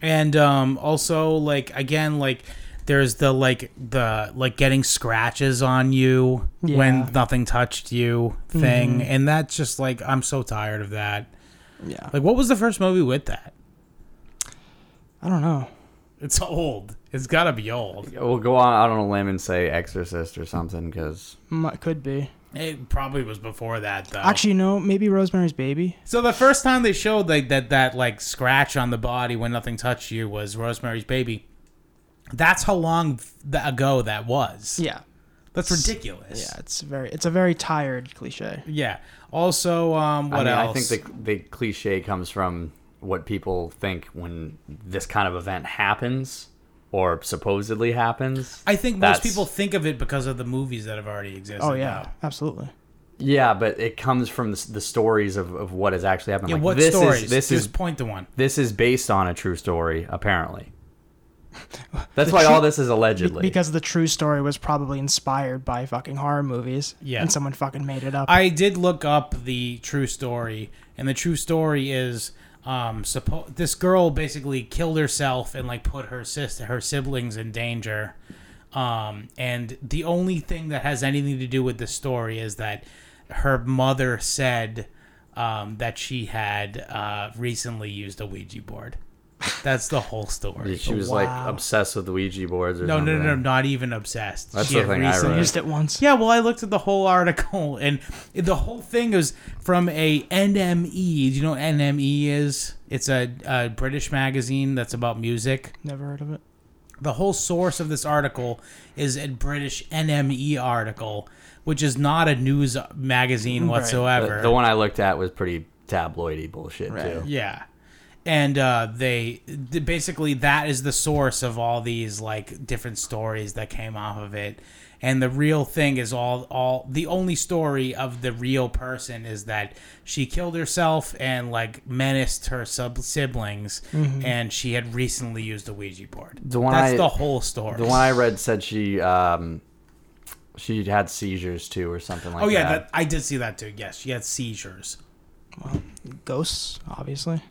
[SPEAKER 1] And um also like again like there's the like the like getting scratches on you
[SPEAKER 3] Yeah. Mm-hmm.
[SPEAKER 1] when nothing touched you thing, and that's just like I'm so tired of that.
[SPEAKER 3] Yeah.
[SPEAKER 1] Like, what was the first movie with that?
[SPEAKER 3] I don't know.
[SPEAKER 1] It's old. It's gotta be old.
[SPEAKER 2] we'll go on out on a limb and say Exorcist or something, because
[SPEAKER 3] Mm, It could be.
[SPEAKER 1] It probably was before that though.
[SPEAKER 3] Actually, no. Maybe Rosemary's Baby.
[SPEAKER 1] so the first time they showed like that that like scratch on the body when nothing touched you was Rosemary's Baby. That's how long th- ago that was.
[SPEAKER 3] Yeah.
[SPEAKER 1] That's ridiculous.
[SPEAKER 3] Yeah. It's very. It's a very tired cliche.
[SPEAKER 1] Yeah. Also, um,
[SPEAKER 2] I
[SPEAKER 1] what
[SPEAKER 2] mean, I
[SPEAKER 1] else?
[SPEAKER 2] think the the cliche comes from what people think when this kind of event happens or supposedly happens.
[SPEAKER 1] I think
[SPEAKER 2] That's-
[SPEAKER 1] most people think of it because of the movies that have already existed.
[SPEAKER 3] Oh yeah.
[SPEAKER 1] now.
[SPEAKER 3] Absolutely.
[SPEAKER 2] Yeah, but it comes from the, the stories of, of what has actually happened.
[SPEAKER 1] Yeah.
[SPEAKER 2] like,
[SPEAKER 1] what
[SPEAKER 2] this
[SPEAKER 1] stories?
[SPEAKER 2] Is, this
[SPEAKER 1] Just
[SPEAKER 2] is
[SPEAKER 1] point to one.
[SPEAKER 2] this is based on a true story,
[SPEAKER 1] (laughs)
[SPEAKER 2] apparently. That's why all this is allegedly.
[SPEAKER 3] Because the true story was probably inspired by fucking horror movies.
[SPEAKER 1] Yeah.
[SPEAKER 3] And someone fucking made it up.
[SPEAKER 1] I did look up the true story, and the true story is um, suppo- this girl basically killed herself and like put her sister, her siblings in danger. Um, and the only thing that has anything to do with the story is that her mother said um, that she had uh, recently used a Ouija board. That's the whole story.
[SPEAKER 2] she was like
[SPEAKER 3] Wow.
[SPEAKER 2] obsessed with Ouija boards or
[SPEAKER 1] no, no,
[SPEAKER 2] something.
[SPEAKER 1] no, no, not even obsessed.
[SPEAKER 2] That's
[SPEAKER 1] she
[SPEAKER 2] the
[SPEAKER 1] had
[SPEAKER 2] thing I
[SPEAKER 1] recently-
[SPEAKER 2] read.
[SPEAKER 3] used it once.
[SPEAKER 1] yeah, well, I looked at the whole article, (laughs) and the whole thing is from a NME. Do you know what NME is? It's a, a British magazine that's about music.
[SPEAKER 3] Never heard of it.
[SPEAKER 1] The whole source of this article is a British NME article, which is not a news magazine
[SPEAKER 3] Right.
[SPEAKER 1] whatsoever.
[SPEAKER 2] The, the one I looked at was pretty tabloidy bullshit too.
[SPEAKER 3] Right.
[SPEAKER 1] Yeah. And uh, they th- basically that is the source of all these like different stories that came off of it. And the real thing is all all the only story of the real person is that she killed herself and like menaced her sub siblings, and she had recently used a Ouija board.
[SPEAKER 2] Mm-hmm. The one
[SPEAKER 1] That's
[SPEAKER 2] I-
[SPEAKER 1] the whole story.
[SPEAKER 2] The one I read said she um she had seizures too or something like
[SPEAKER 1] oh
[SPEAKER 2] that.
[SPEAKER 1] yeah, that, I did see that too. Yes, she had seizures.
[SPEAKER 3] Ghosts, obviously.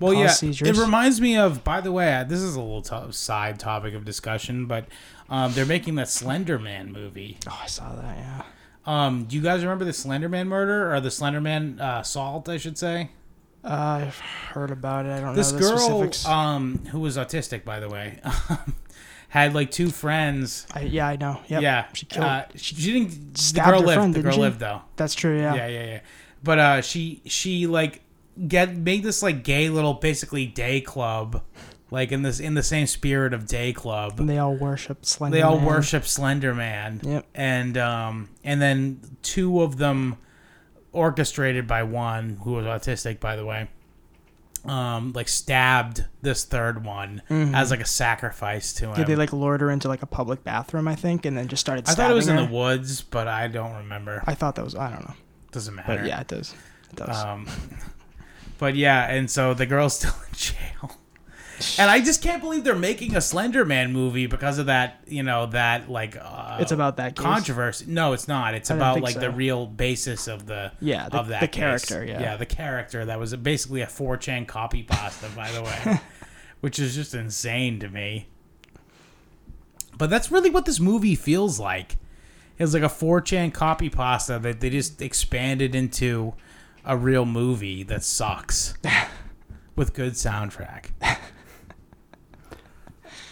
[SPEAKER 1] Well,
[SPEAKER 3] cause
[SPEAKER 1] yeah,
[SPEAKER 3] seizures.
[SPEAKER 1] it reminds me of. By the way, I- this is a little to- side topic of discussion, but um, they're making that Slender Man movie.
[SPEAKER 3] Oh, I saw that. Yeah.
[SPEAKER 1] Um, do you guys remember the Slender Man murder or the Slender Man uh, assault? I should say.
[SPEAKER 3] Uh, I've heard about it. I don't
[SPEAKER 1] This
[SPEAKER 3] know the
[SPEAKER 1] girl,
[SPEAKER 3] specifics.
[SPEAKER 1] um, who was autistic, by the way, (laughs) had like two friends.
[SPEAKER 3] I, yeah, I know. Yep.
[SPEAKER 1] Yeah,
[SPEAKER 3] She killed.
[SPEAKER 1] Uh, she, she didn't. The
[SPEAKER 3] stabbed
[SPEAKER 1] girl
[SPEAKER 3] her
[SPEAKER 1] lived.
[SPEAKER 3] friend,
[SPEAKER 1] the
[SPEAKER 3] didn't
[SPEAKER 1] girl
[SPEAKER 3] she?
[SPEAKER 1] lived though.
[SPEAKER 3] That's true. Yeah.
[SPEAKER 1] yeah, yeah, yeah. But uh, she she like get made this like gay little basically day club, like in this in the same spirit of day club.
[SPEAKER 3] And they all worship Slender.
[SPEAKER 1] they all
[SPEAKER 3] Oh, Man.
[SPEAKER 1] worship Slender Man.
[SPEAKER 3] Yep.
[SPEAKER 1] And um and then two of them orchestrated by one who was autistic by the way um, like stabbed this third one as like a sacrifice to him.
[SPEAKER 3] Mm-hmm. Did they like lured her into like a public bathroom, I think, and then just started
[SPEAKER 1] I
[SPEAKER 3] stabbing
[SPEAKER 1] thought it was in
[SPEAKER 3] her?
[SPEAKER 1] the woods, but I don't remember.
[SPEAKER 3] I thought that was I don't know,
[SPEAKER 1] Doesn't
[SPEAKER 3] but
[SPEAKER 1] matter.
[SPEAKER 3] yeah, it does. It does.
[SPEAKER 1] Um, (laughs) but yeah, and so the girl's (laughs) still in jail. And I just can't believe they're making a Slender Man movie because of that, you know, that like uh,
[SPEAKER 3] it's about that case.
[SPEAKER 1] controversy. No, it's not. It's
[SPEAKER 3] I don't
[SPEAKER 1] about
[SPEAKER 3] think
[SPEAKER 1] like the
[SPEAKER 3] so.
[SPEAKER 1] real basis of the
[SPEAKER 3] Yeah, the-
[SPEAKER 1] of that
[SPEAKER 3] the
[SPEAKER 1] case.
[SPEAKER 3] character, yeah.
[SPEAKER 1] yeah, the character that was basically a 4chan copy pasta, by the
[SPEAKER 3] (laughs)
[SPEAKER 1] way, which is just insane to me. But that's really what this movie feels like. It's like a 4chan copy pasta that they just expanded into a real movie that
[SPEAKER 3] (laughs)
[SPEAKER 1] sucks with good soundtrack.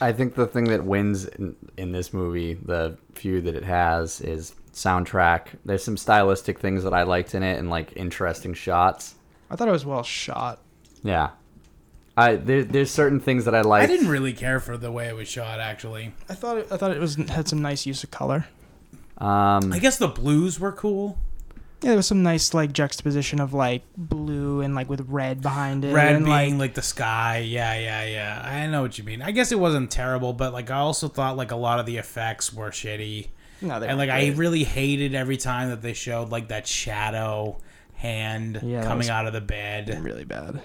[SPEAKER 2] I think the thing that wins in, in this movie, the few that it has, is soundtrack. There's some stylistic things that I liked in it, and like interesting shots.
[SPEAKER 3] I thought it was well shot.
[SPEAKER 2] Yeah, I there, there's certain things that I like.
[SPEAKER 1] I didn't really care for the way it was shot, actually.
[SPEAKER 3] I thought it, I thought it was had some nice use of color. Mm.
[SPEAKER 2] Um,
[SPEAKER 1] I guess the blues were cool.
[SPEAKER 3] Yeah, there was some nice like juxtaposition of like blue and like with red behind it.
[SPEAKER 1] Red
[SPEAKER 3] and,
[SPEAKER 1] being
[SPEAKER 3] like,
[SPEAKER 1] like the sky. Yeah, yeah, yeah. I know what you mean. I guess it wasn't terrible, but like I also thought like a lot of the effects were shitty.
[SPEAKER 3] no, they
[SPEAKER 1] And
[SPEAKER 3] weren't
[SPEAKER 1] like I
[SPEAKER 3] great.
[SPEAKER 1] really hated every time that they showed like that shadow hand
[SPEAKER 3] Yeah, that
[SPEAKER 1] coming
[SPEAKER 3] was-
[SPEAKER 1] out of the bed.
[SPEAKER 3] really bad.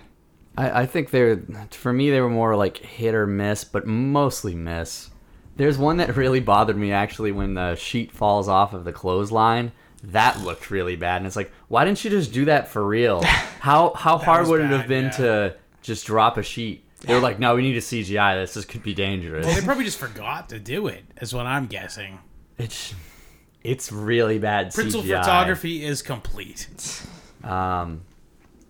[SPEAKER 2] I, I think they're for me they were more like hit or miss, but mostly miss. There's one that really bothered me actually when the sheet falls off of the clothesline. That looked really bad, and it's like, why didn't you just do that for
[SPEAKER 1] (laughs)
[SPEAKER 2] real? How how hard
[SPEAKER 1] was
[SPEAKER 2] would it
[SPEAKER 1] bad,
[SPEAKER 2] have been
[SPEAKER 1] yeah.
[SPEAKER 2] to just drop a sheet? They were like, no, we need to CGI this. This could be dangerous.
[SPEAKER 1] They probably just forgot to do it, is what I'm guessing.
[SPEAKER 2] It's it's really bad
[SPEAKER 1] Principal
[SPEAKER 2] CGI.
[SPEAKER 1] photography is complete.
[SPEAKER 2] Um,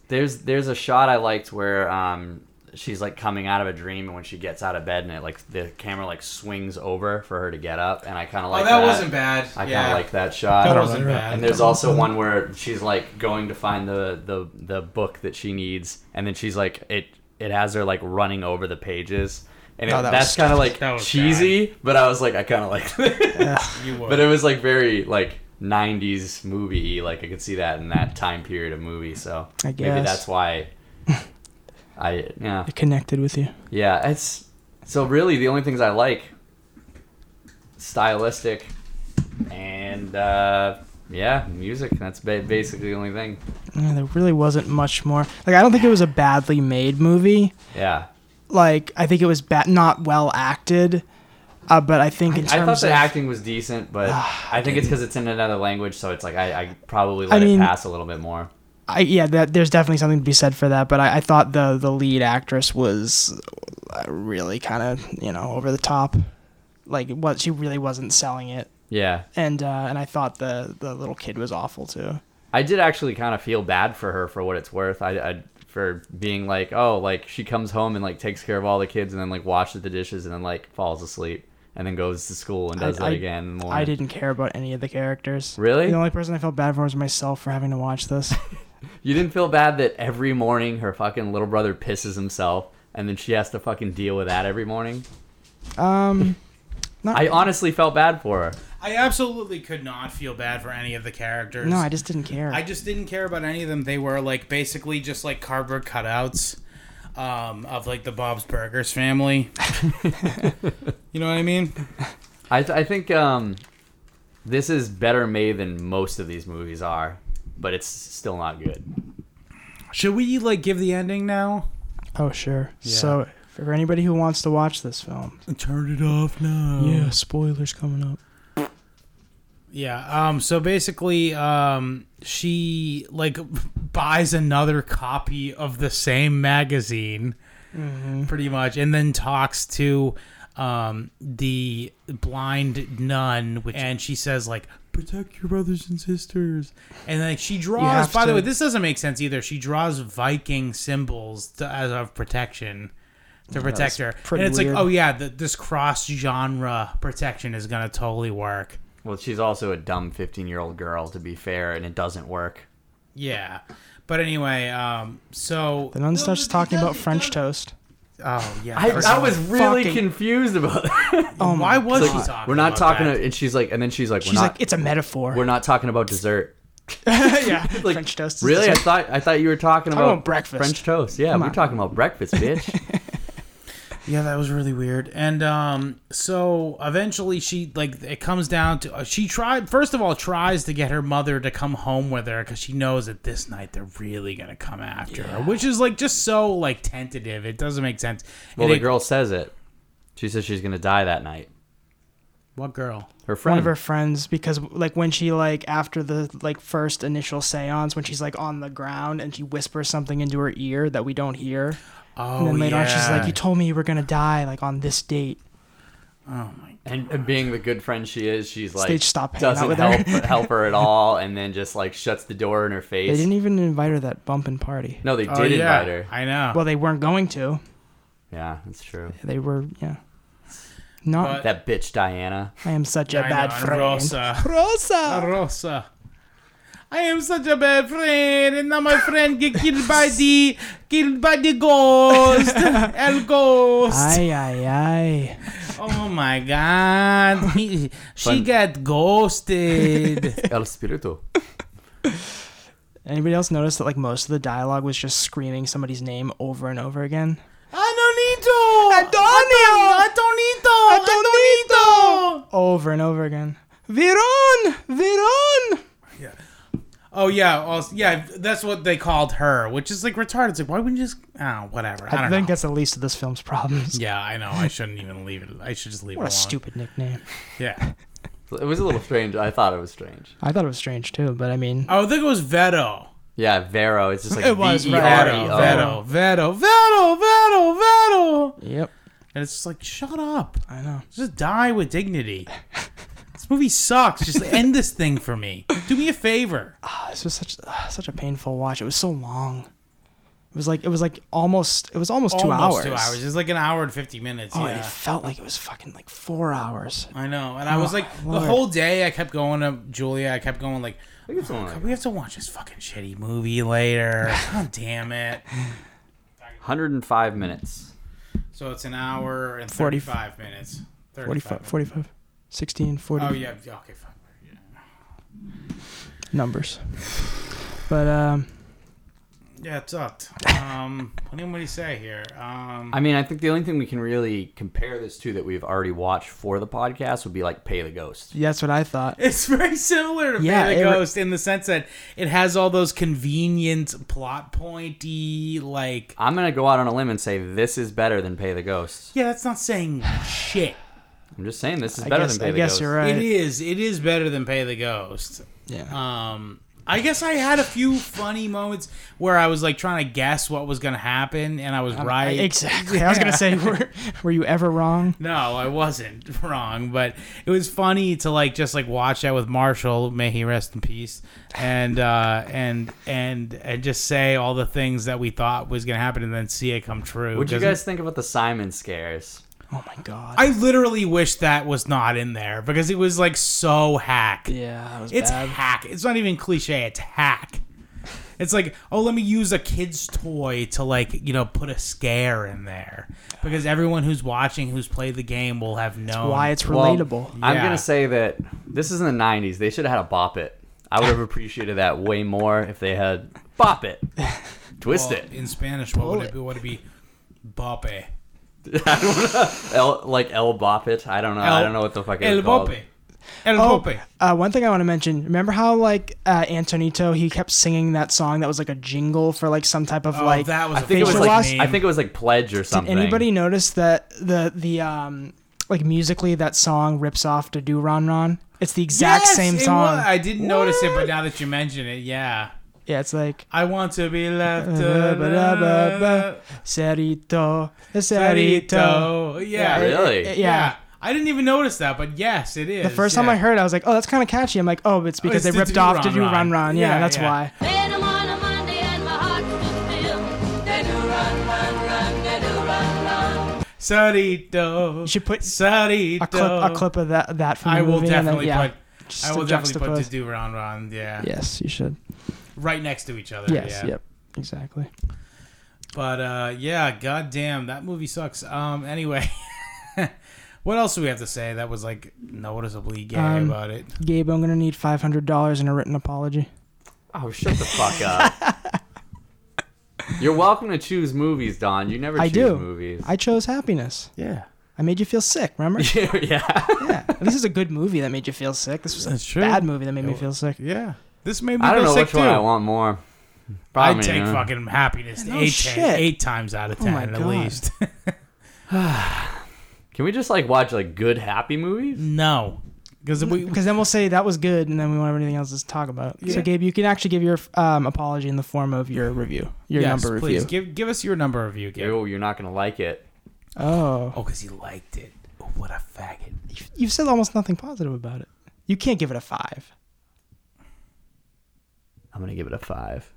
[SPEAKER 2] there's there's a shot I liked where um, she's like coming out of a dream, and when she gets out of bed, and it like the camera like swings over for her to get up, and I kind of like
[SPEAKER 1] Oh, bad.
[SPEAKER 2] I kind of like that shot.
[SPEAKER 1] That wasn't bad.
[SPEAKER 2] And there's also one where she's like going to find the, the the book that she needs, and then she's like it it has her like running over the pages, and it,
[SPEAKER 3] Oh, that was-
[SPEAKER 2] that's kind of like
[SPEAKER 1] that was
[SPEAKER 2] cheesy. But I was like, I kind of like,
[SPEAKER 1] You were.
[SPEAKER 2] but it was like very like. 90s movie like i could see that in that time period of movie so
[SPEAKER 3] I
[SPEAKER 2] maybe
[SPEAKER 3] guess.
[SPEAKER 2] that's why i yeah
[SPEAKER 3] It connected with you.
[SPEAKER 2] yeah it's so really the only things i like stylistic and uh yeah music that's ba- basically the only thing
[SPEAKER 3] Yeah, there really wasn't much more. Like I don't think it was a badly made movie.
[SPEAKER 2] yeah
[SPEAKER 3] Like I think it was ba- not well acted. Uh, but I think in
[SPEAKER 2] i
[SPEAKER 3] terms
[SPEAKER 2] thought the
[SPEAKER 3] of Ah,
[SPEAKER 2] acting was decent but i think it's because it's in another language so it's like i, I probably
[SPEAKER 3] I
[SPEAKER 2] let
[SPEAKER 3] mean-
[SPEAKER 2] it pass a little bit more
[SPEAKER 3] I yeah, that there's definitely something to be said for that. But I, I thought the the lead actress was uh, really kind of you know over the top. Like what she really wasn't selling it,
[SPEAKER 2] yeah
[SPEAKER 3] and uh, and I thought the the little kid was awful too.
[SPEAKER 2] I did actually kind of feel bad for her for what it's worth. I, I for being like, oh, like she comes home and like takes care of all the kids and then like washes the dishes and then like falls asleep and then goes to school and does
[SPEAKER 3] I-
[SPEAKER 2] that
[SPEAKER 3] I-
[SPEAKER 2] again. In the morning.
[SPEAKER 3] I didn't care about any of the characters.
[SPEAKER 2] Really?
[SPEAKER 3] The only person I felt bad for was myself for having to
[SPEAKER 2] (laughs)
[SPEAKER 3] watch this.
[SPEAKER 2] You didn't feel bad that every morning her fucking little brother pisses himself and then she has to fucking deal with that every morning.
[SPEAKER 3] Um, not
[SPEAKER 2] I honestly felt bad for her.
[SPEAKER 1] I absolutely could not feel bad for any of the characters.
[SPEAKER 3] no, I just didn't care.
[SPEAKER 1] I just didn't care about any of them. They were like basically just like cardboard cutouts um, of like the Bob's Burgers family. (laughs) you know what I mean?
[SPEAKER 2] I th- I think um, this is better made than most of these movies are, but it's still not good.
[SPEAKER 1] Should we like give the ending now?
[SPEAKER 3] oh sure. So for anybody who wants to watch this film,
[SPEAKER 1] Turn it off now.
[SPEAKER 3] yeah, spoilers coming up.
[SPEAKER 1] Yeah. Um. So basically, um, she like (laughs) buys another copy of the same magazine,
[SPEAKER 3] Mm-hmm.
[SPEAKER 1] pretty much, and then talks to um the blind nun, which and she says like protect your brothers and sisters, and like she draws.
[SPEAKER 3] have
[SPEAKER 1] By the
[SPEAKER 3] to-
[SPEAKER 1] way, this doesn't make sense either. She draws Viking symbols to, as of protection. To protect her, and
[SPEAKER 3] pretty
[SPEAKER 1] it's
[SPEAKER 3] weird.
[SPEAKER 1] like, oh yeah, the, this cross genre protection is gonna totally work.
[SPEAKER 2] Well, she's also a dumb 15 year old girl, to be fair, and it doesn't work.
[SPEAKER 1] Yeah. But anyway, um, so
[SPEAKER 3] The nun starts talking about French toast.
[SPEAKER 1] oh yeah,
[SPEAKER 2] I,
[SPEAKER 1] first
[SPEAKER 2] I
[SPEAKER 1] of all,
[SPEAKER 2] was really
[SPEAKER 3] fucking-
[SPEAKER 2] confused about that.
[SPEAKER 3] Oh
[SPEAKER 1] why
[SPEAKER 3] my
[SPEAKER 1] was
[SPEAKER 2] Like,
[SPEAKER 1] she talking?
[SPEAKER 2] we're not
[SPEAKER 1] about
[SPEAKER 2] talking,
[SPEAKER 1] that?
[SPEAKER 2] and she's like, and then she's like,
[SPEAKER 3] She's
[SPEAKER 2] we're not,
[SPEAKER 3] like, it's a metaphor.
[SPEAKER 2] we're not talking about dessert.
[SPEAKER 3] (laughs) yeah,
[SPEAKER 2] (laughs) Like,
[SPEAKER 3] French toast. is
[SPEAKER 2] Really? I
[SPEAKER 3] dessert.
[SPEAKER 2] thought I thought you were talking about
[SPEAKER 3] want breakfast.
[SPEAKER 2] French toast. Yeah,
[SPEAKER 3] Come
[SPEAKER 2] we're
[SPEAKER 3] on.
[SPEAKER 2] talking about
[SPEAKER 3] (laughs)
[SPEAKER 2] breakfast, bitch.
[SPEAKER 1] Yeah, that was really weird. And um, so eventually she like it comes down to uh, she tried first of all tries to get her mother to come home with her because she knows that this night they're really gonna come after her, which is like just so like tentative. It doesn't make sense.
[SPEAKER 2] well,
[SPEAKER 1] And
[SPEAKER 2] the
[SPEAKER 1] it-
[SPEAKER 2] girl says it. She says she's gonna die that night.
[SPEAKER 1] what girl?
[SPEAKER 2] Her friend.
[SPEAKER 3] One of her friends because like when she like after the like first initial séance when she's like on the ground and she whispers something into her ear that we don't hear.
[SPEAKER 1] Oh,
[SPEAKER 3] and then later
[SPEAKER 1] yeah.
[SPEAKER 3] on she's like you told me you were going to die like on this date.
[SPEAKER 2] And, and being the good friend she is, she's like
[SPEAKER 3] Stage stop hanging
[SPEAKER 2] doesn't
[SPEAKER 3] out with her.
[SPEAKER 2] help
[SPEAKER 3] (laughs)
[SPEAKER 2] help her at all, and then just like shuts the door in her face.
[SPEAKER 3] They didn't even invite her to that bumping party.
[SPEAKER 2] no, they did
[SPEAKER 1] oh, yeah,
[SPEAKER 2] invite her.
[SPEAKER 1] I know.
[SPEAKER 3] Well, they weren't going to.
[SPEAKER 2] Yeah, that's
[SPEAKER 3] (laughs)
[SPEAKER 2] true.
[SPEAKER 3] They were yeah. No,
[SPEAKER 1] But-
[SPEAKER 2] That bitch
[SPEAKER 3] (laughs)
[SPEAKER 2] Diana.
[SPEAKER 3] I am such a
[SPEAKER 1] I
[SPEAKER 3] bad
[SPEAKER 1] know, and
[SPEAKER 3] friend.
[SPEAKER 1] Rosa.
[SPEAKER 3] Rosa.
[SPEAKER 1] Rosa. I am such a bad friend, and now my friend get killed by the killed by the
[SPEAKER 3] (laughs)
[SPEAKER 1] ghost. El ghost.
[SPEAKER 3] Ay ay ay.
[SPEAKER 1] Oh my god. He, she
[SPEAKER 2] Fun.
[SPEAKER 1] got
[SPEAKER 3] (laughs)
[SPEAKER 1] ghosted.
[SPEAKER 2] El Spirito.
[SPEAKER 3] Anybody else notice that like most of the dialogue was just screaming somebody's name over and over again?
[SPEAKER 1] Anonito!
[SPEAKER 3] Antonio!
[SPEAKER 1] Antonito!
[SPEAKER 3] Antonito!
[SPEAKER 1] Antonito!
[SPEAKER 3] Over and over again. Veron, Veron.
[SPEAKER 1] Oh yeah, also, yeah, that's what they called her, which is like retarded. It's like why wouldn't you just oh whatever. I
[SPEAKER 3] I,
[SPEAKER 1] don't
[SPEAKER 3] think
[SPEAKER 1] know.
[SPEAKER 3] that's the least of this film's problems.
[SPEAKER 1] Yeah, I know. I shouldn't even leave it. I should just leave
[SPEAKER 3] What
[SPEAKER 1] it
[SPEAKER 3] a
[SPEAKER 1] alone.
[SPEAKER 3] stupid nickname.
[SPEAKER 1] Yeah.
[SPEAKER 2] It was a little strange. I thought it was strange.
[SPEAKER 3] I thought it was strange too, but I mean,
[SPEAKER 1] Oh, I think it was Veto.
[SPEAKER 2] Yeah, Vero. It's just like E
[SPEAKER 3] It was Vero.
[SPEAKER 2] V-E-R-E-O.
[SPEAKER 1] Veto, Veto, Veto, Veto, Veto, Veto.
[SPEAKER 3] yep,
[SPEAKER 1] And it's just like, shut up.
[SPEAKER 3] I know.
[SPEAKER 1] Just die with dignity. this movie sucks.
[SPEAKER 3] (laughs)
[SPEAKER 1] Just end this thing for me. Do me a favor.
[SPEAKER 3] Ah, this was such ah, such a painful watch. It was so long. It was like it was like almost it was almost, two hours.
[SPEAKER 1] Almost two hours. It's like an hour and 50 minutes.
[SPEAKER 3] Oh, and it
[SPEAKER 1] yeah.
[SPEAKER 3] felt like it was fucking like four hours.
[SPEAKER 1] I know. And I was
[SPEAKER 3] Oh,
[SPEAKER 1] like,
[SPEAKER 3] Lord.
[SPEAKER 1] the whole day I kept going to Julia. I kept going like,
[SPEAKER 2] I think it's only
[SPEAKER 1] God, we have to watch this fucking shitty movie later.
[SPEAKER 3] (laughs)
[SPEAKER 1] God damn it.
[SPEAKER 2] 105 minutes.
[SPEAKER 1] So it's an hour and
[SPEAKER 3] 40
[SPEAKER 1] 35 minutes. 35
[SPEAKER 3] 45, 45 16, 40
[SPEAKER 1] Oh, yeah. yeah, Okay, fine. Yeah.
[SPEAKER 3] numbers. But um,
[SPEAKER 1] Yeah, it sucked. Um, what do you want me to say here? Um, (laughs)
[SPEAKER 2] I mean, I think the only thing we can really compare this to that we've already watched for the podcast would be like Pay the Ghost.
[SPEAKER 3] that's what I thought.
[SPEAKER 1] It's very similar to
[SPEAKER 3] Yeah,
[SPEAKER 1] Pay
[SPEAKER 3] it
[SPEAKER 1] the
[SPEAKER 3] re-
[SPEAKER 1] Ghost in the sense that it has all those convenient plot pointy like
[SPEAKER 2] I'm gonna go out on a limb and say this is better than Pay the Ghost.
[SPEAKER 1] Yeah, that's not saying shit.
[SPEAKER 2] I'm just saying this is
[SPEAKER 3] I
[SPEAKER 2] better
[SPEAKER 3] guess,
[SPEAKER 2] than Pay
[SPEAKER 3] I
[SPEAKER 2] the
[SPEAKER 3] guess
[SPEAKER 2] Ghost.
[SPEAKER 3] you're
[SPEAKER 1] It
[SPEAKER 3] right.
[SPEAKER 1] is. It is better than Pay the Ghost.
[SPEAKER 3] Yeah.
[SPEAKER 1] Um I guess I had a few funny moments where I was like trying to guess what was going to happen and I was
[SPEAKER 3] Um,
[SPEAKER 1] right.
[SPEAKER 3] Exactly. I was gonna say,
[SPEAKER 1] (laughs)
[SPEAKER 3] were, were you ever wrong?
[SPEAKER 1] No, I wasn't (laughs) wrong, but it was funny to like just like watch that with Marshall, may he rest in peace, and uh, and and and just say all the things that we thought was gonna happen, and then see it come true.
[SPEAKER 2] What'd you
[SPEAKER 1] Doesn't-
[SPEAKER 2] guys think about the Simon scares?
[SPEAKER 3] Oh my god.
[SPEAKER 1] I literally wish that was not in there because it was like so hack.
[SPEAKER 3] yeah, that was
[SPEAKER 1] It's
[SPEAKER 3] bad.
[SPEAKER 1] hack. It's not even cliche. It's hack. It's like, oh, let me use a kid's toy to like, you know, put a scare in there because everyone who's watching, who's played the game, will have known.
[SPEAKER 3] Why it's
[SPEAKER 2] Well,
[SPEAKER 3] relatable.
[SPEAKER 2] I'm
[SPEAKER 1] Oh, Yeah.
[SPEAKER 2] gonna say that this is in the '90s. They should have had a bop it. I would have (laughs) appreciated that way more if they had bop
[SPEAKER 3] (laughs)
[SPEAKER 2] it, twist
[SPEAKER 1] Well,
[SPEAKER 2] it,
[SPEAKER 1] in Spanish, what
[SPEAKER 3] Pull
[SPEAKER 1] would it
[SPEAKER 3] it.
[SPEAKER 1] be? Would it be bope?
[SPEAKER 2] El, like el bop it. I don't know. I
[SPEAKER 1] El-
[SPEAKER 2] don't know what the fuck
[SPEAKER 1] El
[SPEAKER 2] it's called.
[SPEAKER 1] bope. El
[SPEAKER 3] Oh,
[SPEAKER 1] bope.
[SPEAKER 3] uh, one thing I want to mention. Remember how like uh, Antonito he kept singing that song that was like a jingle for like some type of
[SPEAKER 1] Oh,
[SPEAKER 3] like.
[SPEAKER 1] that was
[SPEAKER 2] I think it was
[SPEAKER 3] Facial
[SPEAKER 2] like
[SPEAKER 3] wash?
[SPEAKER 2] I think it was like pledge or
[SPEAKER 3] did
[SPEAKER 2] something.
[SPEAKER 3] anybody notice that the the um like musically that song rips off to Do Ron Ron? It's the exact
[SPEAKER 1] Yes,
[SPEAKER 3] same
[SPEAKER 1] it
[SPEAKER 3] song.
[SPEAKER 1] was. I didn't notice it, but now that you mention it, yeah.
[SPEAKER 3] yeah, it's like
[SPEAKER 1] I want to be left.
[SPEAKER 3] Ba-da-ba-da-ba-ba. Cerito, Cerito.
[SPEAKER 1] Sarito. Yeah.
[SPEAKER 2] Yeah, Really?
[SPEAKER 3] Yeah.
[SPEAKER 1] Yeah. I didn't even notice that, but yes, it is.
[SPEAKER 3] The first time I heard it, I was like, "Oh, that's kind of catchy." I'm like, "Oh, it's because
[SPEAKER 1] it's
[SPEAKER 3] they
[SPEAKER 1] to
[SPEAKER 3] ripped
[SPEAKER 1] Do
[SPEAKER 3] off to
[SPEAKER 1] Ron
[SPEAKER 3] do
[SPEAKER 1] Ron.
[SPEAKER 3] Run Run." Yeah,
[SPEAKER 1] Yeah,
[SPEAKER 3] that's
[SPEAKER 1] yeah.
[SPEAKER 3] why.
[SPEAKER 4] Then I'm on a Monday and my heart's fulfilled. They do run, run, run, they do run, run.
[SPEAKER 1] Sarito.
[SPEAKER 3] You should put
[SPEAKER 1] Sarito.
[SPEAKER 3] a clip, a clip of that that from the
[SPEAKER 1] I will
[SPEAKER 3] movie, and then,
[SPEAKER 1] definitely
[SPEAKER 3] yeah,
[SPEAKER 1] put.
[SPEAKER 3] just
[SPEAKER 1] I
[SPEAKER 3] to
[SPEAKER 1] will definitely put
[SPEAKER 3] juxtapose.
[SPEAKER 1] to do round round. Yeah.
[SPEAKER 3] Yes, you should.
[SPEAKER 1] Right next to each other.
[SPEAKER 3] Yes,
[SPEAKER 1] yeah.
[SPEAKER 3] yep, exactly.
[SPEAKER 1] But uh, yeah, goddamn, that movie sucks. Um, anyway, (laughs) what else do we have to say that was like noticeably gay
[SPEAKER 3] Um,
[SPEAKER 1] about it?
[SPEAKER 3] Gabe, I'm gonna need five hundred dollars in a written apology.
[SPEAKER 2] Oh, shut the
[SPEAKER 3] (laughs)
[SPEAKER 2] fuck up. You're welcome to choose movies, Don. You never choose
[SPEAKER 3] I do.
[SPEAKER 2] movies.
[SPEAKER 3] I chose happiness.
[SPEAKER 1] Yeah,
[SPEAKER 3] I made you feel sick,
[SPEAKER 1] (laughs)
[SPEAKER 3] remember?
[SPEAKER 2] (laughs) yeah.
[SPEAKER 3] yeah. This is a good movie that made you feel sick. This was a
[SPEAKER 1] That's true.
[SPEAKER 3] bad movie that made me feel sick.
[SPEAKER 1] yeah. This made me
[SPEAKER 2] I don't
[SPEAKER 1] go
[SPEAKER 2] know
[SPEAKER 1] sick
[SPEAKER 2] which
[SPEAKER 1] too.
[SPEAKER 2] one I want more.
[SPEAKER 1] I
[SPEAKER 2] Probably,
[SPEAKER 1] take
[SPEAKER 2] you know.
[SPEAKER 1] fucking happiness
[SPEAKER 3] No
[SPEAKER 1] eight,
[SPEAKER 3] shit. Oh
[SPEAKER 1] ti- eight times out of ten
[SPEAKER 3] my
[SPEAKER 1] at
[SPEAKER 3] God.
[SPEAKER 1] least. (laughs)
[SPEAKER 2] Can we just like watch like good happy movies?
[SPEAKER 1] no, because we
[SPEAKER 3] Because then we'll say that was good, and then we won't have anything else to talk about. So, Gabe, you can actually give your um, apology in the form of your review, your
[SPEAKER 1] yes,
[SPEAKER 3] number
[SPEAKER 1] please
[SPEAKER 3] review.
[SPEAKER 1] give give us your number review, Gabe.
[SPEAKER 2] Ew, you're not gonna like it.
[SPEAKER 3] Oh,
[SPEAKER 1] Oh, because you liked it. Oh, what a faggot.
[SPEAKER 3] you've said almost nothing positive about it. You can't give it a five.
[SPEAKER 2] I'm gonna give it a five.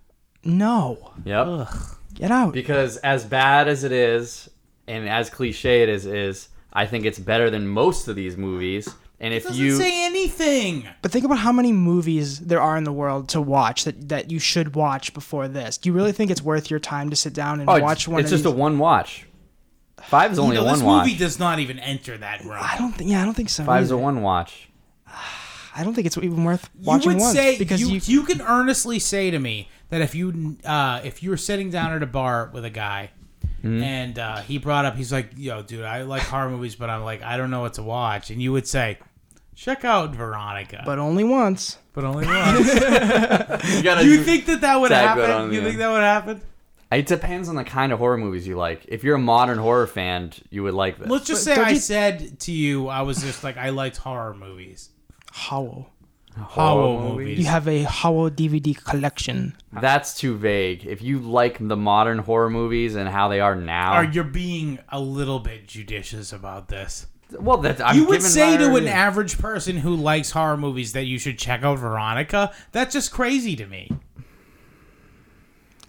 [SPEAKER 3] No,
[SPEAKER 2] Yep.
[SPEAKER 3] get out.
[SPEAKER 2] Because as bad as it is, and as cliche it is, is I think it's better than most of these movies. And if
[SPEAKER 1] Doesn't
[SPEAKER 2] you
[SPEAKER 1] say anything.
[SPEAKER 3] But think about how many movies there are in the world to watch that, that you should watch before this. Do you really think it's worth your time to sit down and
[SPEAKER 2] Oh, it's-
[SPEAKER 3] watch one?
[SPEAKER 2] it's
[SPEAKER 3] of
[SPEAKER 2] just
[SPEAKER 3] these?
[SPEAKER 2] a one watch. Five is only
[SPEAKER 1] You know,
[SPEAKER 2] a one
[SPEAKER 1] this
[SPEAKER 2] watch.
[SPEAKER 1] movie does not even enter that realm.
[SPEAKER 3] I don't think. Yeah, I don't think so.
[SPEAKER 2] Five's a
[SPEAKER 3] either.
[SPEAKER 2] one watch.
[SPEAKER 3] I don't think it's even worth
[SPEAKER 1] You
[SPEAKER 3] watching
[SPEAKER 1] would
[SPEAKER 3] once
[SPEAKER 1] say
[SPEAKER 3] because
[SPEAKER 1] you,
[SPEAKER 3] you,
[SPEAKER 1] you can earnestly say to me that if you uh, if you were sitting down at a bar with a guy
[SPEAKER 3] Mm-hmm.
[SPEAKER 1] and uh, he brought up he's like yo dude I like horror movies but I'm like I don't know what to watch and you would say check out Veronica but,
[SPEAKER 3] but only once.
[SPEAKER 1] (laughs) only once
[SPEAKER 2] You gotta.
[SPEAKER 1] you think that that would
[SPEAKER 2] Tag that
[SPEAKER 1] happen
[SPEAKER 2] on
[SPEAKER 1] you
[SPEAKER 2] the
[SPEAKER 1] think
[SPEAKER 2] end.
[SPEAKER 1] that would happen
[SPEAKER 2] it depends on the kind of horror movies you like. If you're a modern horror fan, you would like this.
[SPEAKER 1] let's just
[SPEAKER 3] But
[SPEAKER 1] say
[SPEAKER 3] don't
[SPEAKER 1] I
[SPEAKER 3] you-
[SPEAKER 1] said to you I was just like I liked horror movies
[SPEAKER 3] Howl.
[SPEAKER 1] horror
[SPEAKER 2] movies.
[SPEAKER 1] movies
[SPEAKER 3] You have a Howl DVD collection.
[SPEAKER 2] That's too vague. If you like the modern horror movies and how they are now,
[SPEAKER 1] are you're being a little bit judicious about this
[SPEAKER 2] well, that's I'm
[SPEAKER 1] you would
[SPEAKER 2] giving
[SPEAKER 1] say
[SPEAKER 2] my
[SPEAKER 1] to an
[SPEAKER 2] review.
[SPEAKER 1] average person who likes horror movies that you should check out Veronica. That's just crazy to me.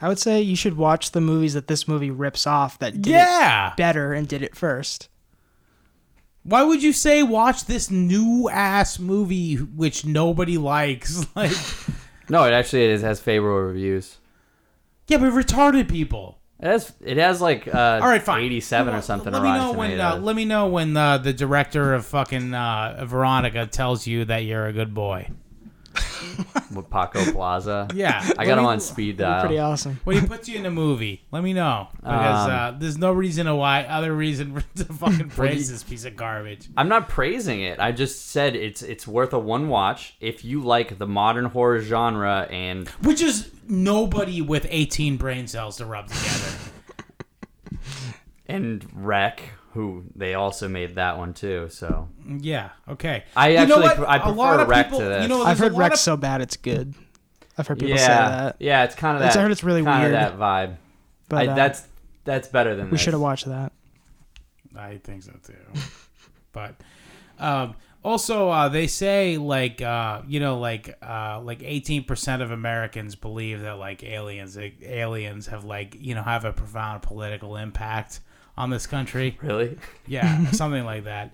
[SPEAKER 3] I would say you should watch the movies that this movie rips off that did
[SPEAKER 1] yeah.
[SPEAKER 3] it better and did it first.
[SPEAKER 1] Why would you say watch this new ass movie which nobody likes? (laughs) Like,
[SPEAKER 2] no, it actually it has favorable reviews.
[SPEAKER 1] yeah, but retarded people.
[SPEAKER 2] It has it has like uh,
[SPEAKER 1] All right, fine.
[SPEAKER 2] eighty-seven or
[SPEAKER 1] Well,
[SPEAKER 2] something.
[SPEAKER 1] Let
[SPEAKER 2] on
[SPEAKER 1] me
[SPEAKER 2] Rotten
[SPEAKER 1] know when. Uh,
[SPEAKER 2] Tomatoes.
[SPEAKER 1] let me know when uh, the director of fucking uh, Veronica tells you that you're a good boy.
[SPEAKER 2] with Paco Plaza.
[SPEAKER 1] (laughs) Yeah.
[SPEAKER 2] (laughs) I
[SPEAKER 1] Let
[SPEAKER 2] got
[SPEAKER 1] me-
[SPEAKER 2] him on speed dial.
[SPEAKER 3] Pretty awesome.
[SPEAKER 1] When he puts you in a movie, let me know
[SPEAKER 2] Um,
[SPEAKER 1] because uh, there's no reason to why other reason (laughs) to fucking praise this piece of garbage.
[SPEAKER 2] I'm not praising it. I just said it's it's worth a one watch if you like the modern horror genre and
[SPEAKER 1] Which is nobody with 18 brain cells to rub together.
[SPEAKER 2] and Wreck, who they also made that one too. So
[SPEAKER 1] (laughs) yeah, okay.
[SPEAKER 2] I
[SPEAKER 1] You know
[SPEAKER 2] actually
[SPEAKER 1] what?
[SPEAKER 2] pr- I
[SPEAKER 1] A lot
[SPEAKER 2] prefer
[SPEAKER 1] of
[SPEAKER 2] Rec
[SPEAKER 1] people-
[SPEAKER 2] to this.
[SPEAKER 1] You know,
[SPEAKER 3] I've
[SPEAKER 1] there's a
[SPEAKER 3] heard
[SPEAKER 1] lot
[SPEAKER 3] Rex
[SPEAKER 1] of-
[SPEAKER 3] so bad it's good. I've heard people
[SPEAKER 2] yeah,
[SPEAKER 3] say that.
[SPEAKER 2] yeah, it's kind of
[SPEAKER 3] It's-
[SPEAKER 2] that.
[SPEAKER 3] I heard it's really
[SPEAKER 2] kinda
[SPEAKER 3] weird.
[SPEAKER 2] That vibe.
[SPEAKER 3] But
[SPEAKER 2] I,
[SPEAKER 3] uh,
[SPEAKER 2] that's that's better than
[SPEAKER 3] we
[SPEAKER 2] this.
[SPEAKER 3] should have watched that.
[SPEAKER 1] I think so too. (laughs) but um, also, uh, they say like uh, you know, like uh, like 18% of Americans believe that like aliens aliens have like you know have a profound political impact on this country.
[SPEAKER 2] really. (laughs)
[SPEAKER 1] (laughs) Yeah, something like that.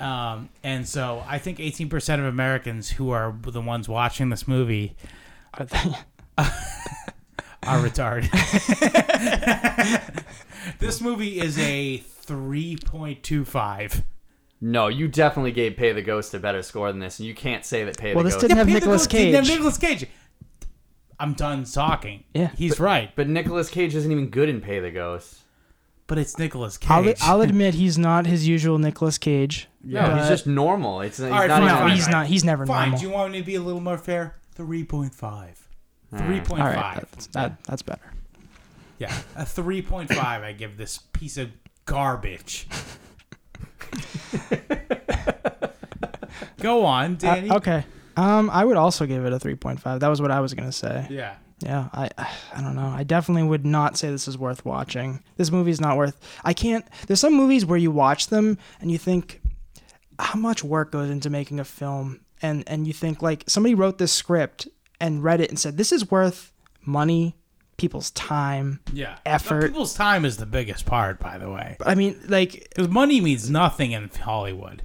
[SPEAKER 1] Um, and so I think 18% of Americans who are the ones watching this movie
[SPEAKER 3] But then-
[SPEAKER 1] are retarded. (laughs) this movie is a 3.25.
[SPEAKER 2] No, you definitely gave Pay the Ghost a better score than this, and you can't say that Pay
[SPEAKER 3] Well,
[SPEAKER 2] the
[SPEAKER 3] this
[SPEAKER 2] Ghost.
[SPEAKER 3] didn't have
[SPEAKER 1] Peter
[SPEAKER 3] Nicolas
[SPEAKER 1] Ghost didn't have
[SPEAKER 3] Cage.
[SPEAKER 1] Nicolas Cage. I'm done talking.
[SPEAKER 3] Yeah.
[SPEAKER 1] He's right.
[SPEAKER 2] But Nicolas Cage isn't even good in Pay the Ghost.
[SPEAKER 1] But it's Nicolas Cage.
[SPEAKER 3] (laughs) I'll, I'll admit he's not his usual Nicolas Cage.
[SPEAKER 2] No,
[SPEAKER 3] but-
[SPEAKER 2] he's just normal. It's he's
[SPEAKER 1] right,
[SPEAKER 2] not
[SPEAKER 1] fine,
[SPEAKER 3] no,
[SPEAKER 2] even-
[SPEAKER 1] fine,
[SPEAKER 3] he's
[SPEAKER 1] fine.
[SPEAKER 3] not. He's never
[SPEAKER 1] Fine.
[SPEAKER 3] normal.
[SPEAKER 1] Do you want me to be a little more fair? 3.5. 3.5.
[SPEAKER 3] All right, that's, that, that's better.
[SPEAKER 1] Yeah. A 3.5 I give this piece of
[SPEAKER 3] (laughs)
[SPEAKER 1] garbage. Go on,
[SPEAKER 3] Uh,
[SPEAKER 1] Danny.
[SPEAKER 3] okay. Um, I would also give it a 3.5. That was what I was gonna say.
[SPEAKER 1] Yeah.
[SPEAKER 3] Yeah, I I don't know. I definitely would not say this is worth watching. This movie's not worth. I can't. There's some movies where you watch them and you think how much work goes into making a film and and you think like somebody wrote this script and read it and said this is worth money, people's time.
[SPEAKER 1] Yeah.
[SPEAKER 3] Effort.
[SPEAKER 1] People's time is the biggest part, by the way.
[SPEAKER 3] But I mean, like
[SPEAKER 1] Because money means nothing in Hollywood.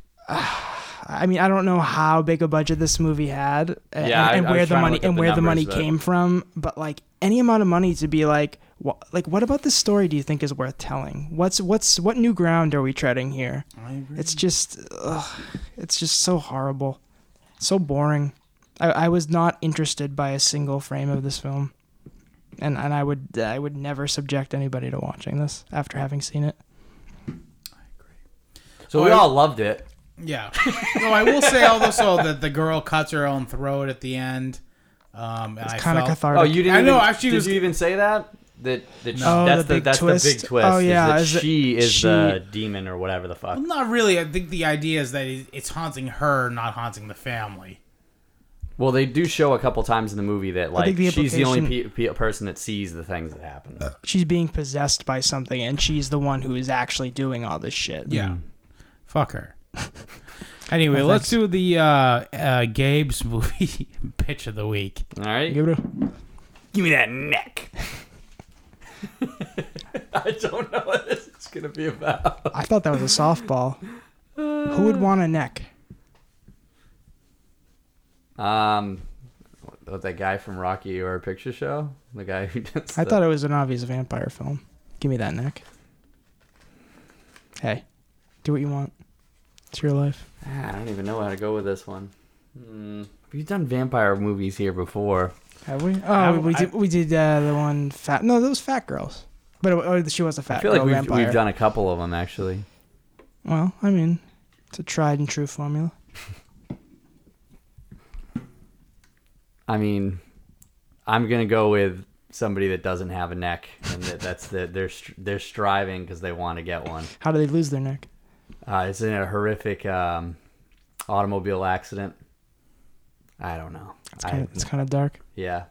[SPEAKER 3] I mean, I don't know how big a budget this movie had and,
[SPEAKER 2] Yeah, I-
[SPEAKER 3] and
[SPEAKER 2] I was
[SPEAKER 3] where the
[SPEAKER 2] trying to
[SPEAKER 3] money
[SPEAKER 2] look up
[SPEAKER 3] and
[SPEAKER 2] the
[SPEAKER 3] where the money
[SPEAKER 2] numbers, but-
[SPEAKER 3] came from, but like any amount of money to be like, wha like what about this story do you think is worth telling? What's what's what new ground are we treading here?
[SPEAKER 1] I agree.
[SPEAKER 3] It's just, ugh, it's just so horrible, so boring. I, I was not interested by a single frame of this film, and and I would I would never subject anybody to watching this after having seen it.
[SPEAKER 2] So we
[SPEAKER 1] I-
[SPEAKER 2] all loved it.
[SPEAKER 1] (laughs) Yeah. No, I will say also that the girl cuts her own throat at the end. Um, and I
[SPEAKER 3] It's kind of
[SPEAKER 1] felt-
[SPEAKER 3] cathartic.
[SPEAKER 2] Oh, you didn't.
[SPEAKER 1] I know,
[SPEAKER 2] Even,
[SPEAKER 1] actually
[SPEAKER 2] did
[SPEAKER 1] was-
[SPEAKER 2] you even say that? That, that she-
[SPEAKER 3] No. Oh,
[SPEAKER 2] that's
[SPEAKER 3] the
[SPEAKER 2] the,
[SPEAKER 3] big
[SPEAKER 2] that's the
[SPEAKER 3] twist.
[SPEAKER 2] big twist.
[SPEAKER 3] Oh, yeah,
[SPEAKER 2] is
[SPEAKER 3] is
[SPEAKER 2] that
[SPEAKER 3] it-
[SPEAKER 2] she is
[SPEAKER 3] she-
[SPEAKER 2] the demon or whatever the fuck.
[SPEAKER 1] Not really. I think the idea is that it- it's haunting her, not haunting the family.
[SPEAKER 2] Well, they do show a couple times in the movie that like
[SPEAKER 3] think the
[SPEAKER 2] she's the only pe- pe- person that sees the things that happen.
[SPEAKER 3] She's being possessed by something, and she's the one who is actually doing all this shit.
[SPEAKER 1] Yeah. Fuck her. Hmm. (laughs) Anyway, let's do the uh, uh, Gabe's (laughs) movie pitch of the week.
[SPEAKER 2] All right,
[SPEAKER 3] Give it a
[SPEAKER 2] give me that neck. (laughs) I don't know what this is gonna be about.
[SPEAKER 3] I thought that was a softball. Who would want a neck?
[SPEAKER 2] Um, what, that guy from Rocky Horror Picture Show, the guy who does.
[SPEAKER 3] I
[SPEAKER 2] the-
[SPEAKER 3] thought it was an obvious vampire film. Give me that neck. Hey, do what you want. It's your life.
[SPEAKER 2] Ah, I don't even know how to go with this one. Hmm. We've done vampire movies here before.
[SPEAKER 3] Have we? Oh,
[SPEAKER 1] I-
[SPEAKER 3] we
[SPEAKER 1] I-
[SPEAKER 3] did. we did uh, the one fat. No, those fat girls. But it, oh, she was a fat
[SPEAKER 2] I feel
[SPEAKER 3] girl
[SPEAKER 2] like we've,
[SPEAKER 3] vampire.
[SPEAKER 2] we've done a couple of them actually.
[SPEAKER 3] Well, I mean, it's a tried and true formula.
[SPEAKER 2] I mean, I'm gonna go with somebody that doesn't have a neck, and that, that's the they're str- they're striving because they want to get one.
[SPEAKER 3] How do they lose their neck?
[SPEAKER 2] Uh, it's in a horrific um, automobile accident. I don't know.
[SPEAKER 3] It's
[SPEAKER 2] I-
[SPEAKER 3] kind of it's kind of dark.
[SPEAKER 2] yeah,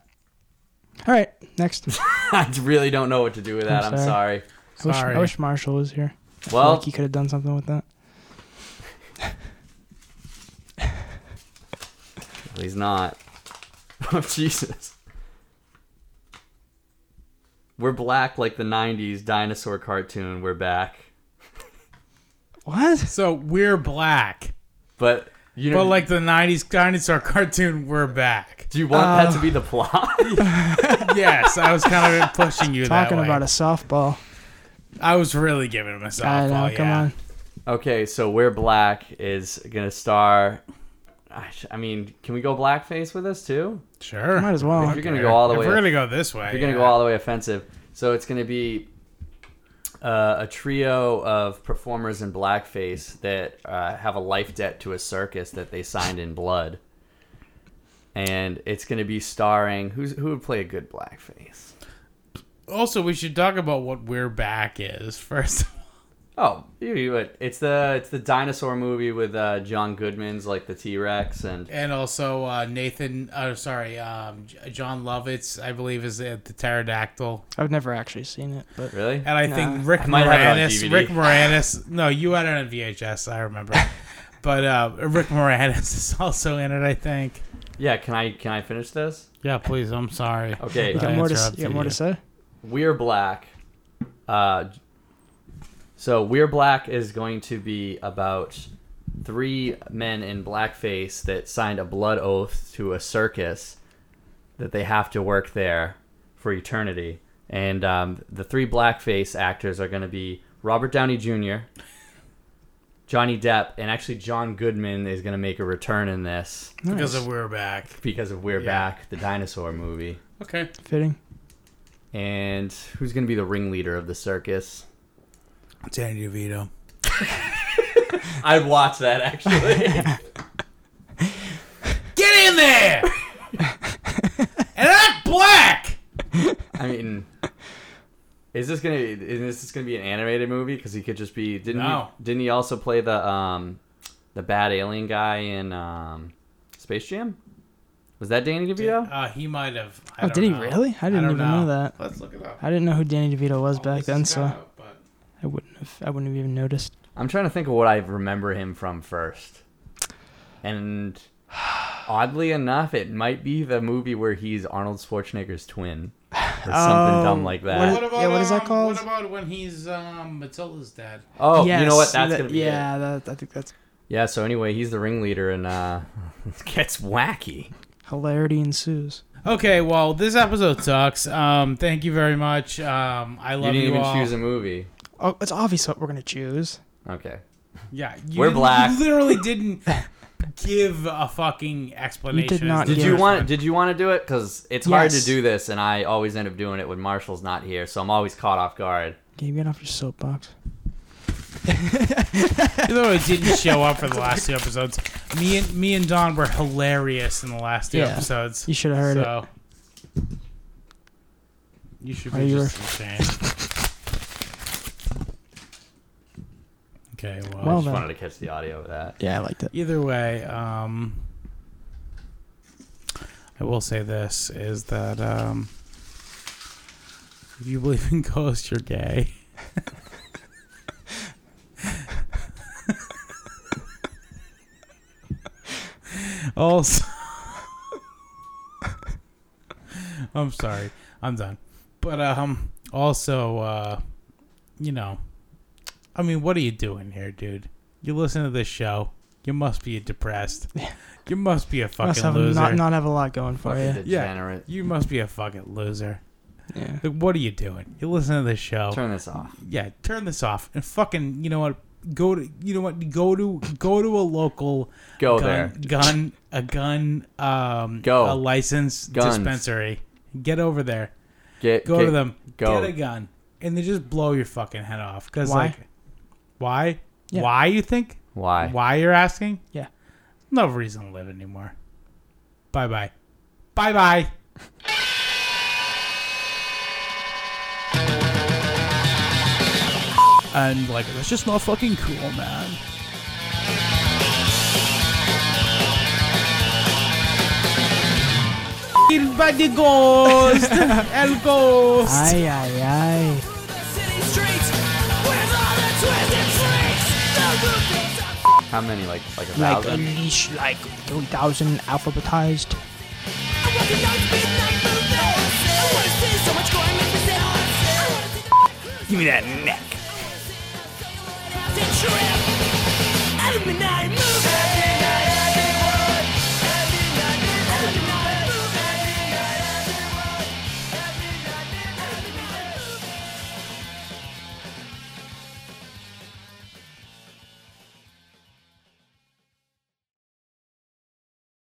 [SPEAKER 2] (laughs)
[SPEAKER 3] All right, next.
[SPEAKER 2] I really don't know what to do with that. I'm,
[SPEAKER 3] I'm
[SPEAKER 2] sorry.
[SPEAKER 3] I, wish,
[SPEAKER 1] Sorry.
[SPEAKER 3] I wish Marshall was here. I feel
[SPEAKER 2] Well-
[SPEAKER 3] like he could have done something with that.
[SPEAKER 2] He's not. (laughs) Oh Jesus. We're black like the '90s dinosaur cartoon. We're back,
[SPEAKER 3] What?
[SPEAKER 1] So we're black,
[SPEAKER 2] but you know.
[SPEAKER 1] but like the '90s dinosaur (laughs) cartoon, we're back.
[SPEAKER 2] do you want that to be the plot?
[SPEAKER 1] Yes, I was kind of pushing you that
[SPEAKER 3] Talking
[SPEAKER 1] way.
[SPEAKER 3] about a softball.
[SPEAKER 1] I was really giving him a softball.
[SPEAKER 3] I know. Come
[SPEAKER 1] yeah.
[SPEAKER 3] on.
[SPEAKER 2] Okay, so We're Black is gonna star. I sh- I mean, can we go blackface with us too?
[SPEAKER 1] Sure.
[SPEAKER 3] Might as well.
[SPEAKER 1] (laughs)
[SPEAKER 2] You're gonna go all the
[SPEAKER 1] If
[SPEAKER 2] way.
[SPEAKER 1] We're
[SPEAKER 2] You're
[SPEAKER 1] gonna go this way.
[SPEAKER 2] gonna go all the way offensive. So it's gonna be uh, a trio of performers in blackface that uh, have a life debt to a circus that they signed in blood, and it's gonna be starring who's who would play a good blackface.
[SPEAKER 1] Also, we should talk about what we're back is (laughs) first.
[SPEAKER 2] Oh, you- you would- it's the it's the dinosaur movie with uh, John Goodman's like the T Rex and
[SPEAKER 1] and also uh, Nathan. Uh, sorry, um, J- John Lovitz, I believe, is at the pterodactyl.
[SPEAKER 3] I've never actually seen it, but
[SPEAKER 2] really.
[SPEAKER 1] And I think Rick
[SPEAKER 2] I might have it on
[SPEAKER 1] Moranis.
[SPEAKER 2] DVD.
[SPEAKER 1] Rick Moranis. No, you had it on VHS. I
[SPEAKER 2] (laughs)
[SPEAKER 1] remember. but uh, Rick Moranis is also in it. I think.
[SPEAKER 2] Yeah, can I can I finish this?
[SPEAKER 1] Yeah, please. I'm sorry.
[SPEAKER 2] Okay,
[SPEAKER 3] you
[SPEAKER 1] I
[SPEAKER 3] got more to s-
[SPEAKER 1] interrupted
[SPEAKER 3] you got more
[SPEAKER 1] you.
[SPEAKER 3] to say.
[SPEAKER 2] We're Black. Uh, so We're Black is going to be about three men in blackface that signed a blood oath to a circus that they have to work there for eternity. And um, the three blackface actors are going to be Robert Downey Jr., Johnny Depp, and actually John Goodman is going to make a return in this
[SPEAKER 1] Because of we're back.
[SPEAKER 2] because of We're
[SPEAKER 1] Yeah.
[SPEAKER 2] Back, the dinosaur movie.
[SPEAKER 1] Okay.
[SPEAKER 3] Fitting.
[SPEAKER 2] And who's going to be the ringleader of the circus?
[SPEAKER 1] Danny DeVito.
[SPEAKER 2] I'd watch that actually.
[SPEAKER 1] Get in (laughs) there. and act black.
[SPEAKER 2] (laughs) I mean, is this gonna is this gonna be an animated movie? Because he could just be didn't
[SPEAKER 1] No.
[SPEAKER 2] he, didn't he also play the um the bad alien guy in um Space Jam? Was that Danny DeVito?
[SPEAKER 1] Uh, he might have. I
[SPEAKER 3] Oh,
[SPEAKER 1] don't
[SPEAKER 3] did he
[SPEAKER 1] know. Oh,
[SPEAKER 3] really? I didn't
[SPEAKER 1] don't
[SPEAKER 3] even know that.
[SPEAKER 1] Let's look it up.
[SPEAKER 3] I didn't know who Danny DeVito was
[SPEAKER 1] This
[SPEAKER 3] back
[SPEAKER 1] is
[SPEAKER 3] then, so
[SPEAKER 1] out, but-
[SPEAKER 3] I wouldn't have. I wouldn't have even noticed.
[SPEAKER 2] I'm trying to think of what I remember him from first, and oddly enough, it might be the movie where he's Arnold Schwarzenegger's twin or something dumb
[SPEAKER 3] Oh,
[SPEAKER 2] like
[SPEAKER 3] what
[SPEAKER 2] that.
[SPEAKER 1] What about,
[SPEAKER 3] Yeah, what is that
[SPEAKER 1] um,
[SPEAKER 3] called?
[SPEAKER 1] What about when he's um, Matilda's dad?
[SPEAKER 2] oh, you know what?
[SPEAKER 3] Yes,
[SPEAKER 2] That's
[SPEAKER 3] that-
[SPEAKER 2] gonna be it.
[SPEAKER 3] Yeah, that, I think that's
[SPEAKER 2] Yeah, so anyway, he's the ringleader and uh (laughs) gets wacky.
[SPEAKER 3] hilarity ensues.
[SPEAKER 1] Okay, well, this episode sucks. Um, thank you very much. Um, I
[SPEAKER 2] You
[SPEAKER 1] love
[SPEAKER 2] didn't
[SPEAKER 1] you,
[SPEAKER 2] even
[SPEAKER 1] all.
[SPEAKER 2] choose a movie.
[SPEAKER 3] Oh, it's obvious what we're gonna choose.
[SPEAKER 2] Okay.
[SPEAKER 1] yeah, you
[SPEAKER 2] We're
[SPEAKER 1] didn't-
[SPEAKER 2] (laughs) black.
[SPEAKER 1] You literally didn't give a fucking explanation. as
[SPEAKER 3] not
[SPEAKER 1] to
[SPEAKER 2] Did
[SPEAKER 3] Yeah,
[SPEAKER 1] the
[SPEAKER 2] you
[SPEAKER 1] first
[SPEAKER 3] it's
[SPEAKER 2] want?
[SPEAKER 1] one.
[SPEAKER 2] Did you want to do it? Because it's hard to
[SPEAKER 3] Yes.
[SPEAKER 2] do this, and I always end up doing it when Marshall's not here, so I'm always caught off guard.
[SPEAKER 3] Can you get off your soapbox?
[SPEAKER 1] (laughs) Even though it didn't show up for the last two episodes, me and me and Don were hilarious in the last two
[SPEAKER 3] Yeah.
[SPEAKER 1] episodes.
[SPEAKER 3] You should have heard it.
[SPEAKER 1] so. You should
[SPEAKER 3] Are
[SPEAKER 1] be
[SPEAKER 3] you
[SPEAKER 1] just
[SPEAKER 3] (laughs)
[SPEAKER 1] ashamed. Okay, well.
[SPEAKER 2] I
[SPEAKER 3] Well
[SPEAKER 2] just
[SPEAKER 3] then.
[SPEAKER 2] wanted to catch the audio of that.
[SPEAKER 3] Yeah, I liked it.
[SPEAKER 1] Either way, um, I will say this is that um, if you believe in ghosts, you're gay. (laughs) also, (laughs) I'm sorry, I'm done. But um, also, uh, you know, I mean, what are you doing here, dude? You listen to this show. You must be
[SPEAKER 3] (laughs)
[SPEAKER 1] depressed. You must be a fucking
[SPEAKER 3] Must have
[SPEAKER 1] loser.
[SPEAKER 3] not not have a lot going for
[SPEAKER 2] Fucking
[SPEAKER 3] you.
[SPEAKER 1] Oh, Yeah.
[SPEAKER 2] degenerate.
[SPEAKER 1] You must be a fucking loser.
[SPEAKER 3] Yeah.
[SPEAKER 1] Like, what are you doing? You listen to this show.
[SPEAKER 2] Turn this off.
[SPEAKER 1] yeah, turn this off and fucking. You know what? Go to. You know what? Go to. Go to a local.
[SPEAKER 2] Go
[SPEAKER 1] gun,
[SPEAKER 2] there.
[SPEAKER 1] Gun. A gun. Um.
[SPEAKER 2] Go.
[SPEAKER 1] A licensed
[SPEAKER 2] Guns.
[SPEAKER 1] dispensary. Get over there.
[SPEAKER 2] Get
[SPEAKER 1] Go
[SPEAKER 2] get-
[SPEAKER 1] to them.
[SPEAKER 2] Go.
[SPEAKER 1] Get a gun, and they just blow your fucking head off. Because
[SPEAKER 3] Why?
[SPEAKER 1] like, why?
[SPEAKER 3] Yeah.
[SPEAKER 1] Why you think?
[SPEAKER 2] Why?
[SPEAKER 1] Why you're asking?
[SPEAKER 3] Yeah.
[SPEAKER 1] No reason to live anymore. Bye bye. Bye bye. And like that's just not fucking cool, man. Killed by the (laughs) ghost. El ghost.
[SPEAKER 3] Aye, aye, aye.
[SPEAKER 2] How many? Like like a
[SPEAKER 3] Like
[SPEAKER 2] thousand.
[SPEAKER 3] unleash like 3,000 alphabetized.
[SPEAKER 5] Give me that neck.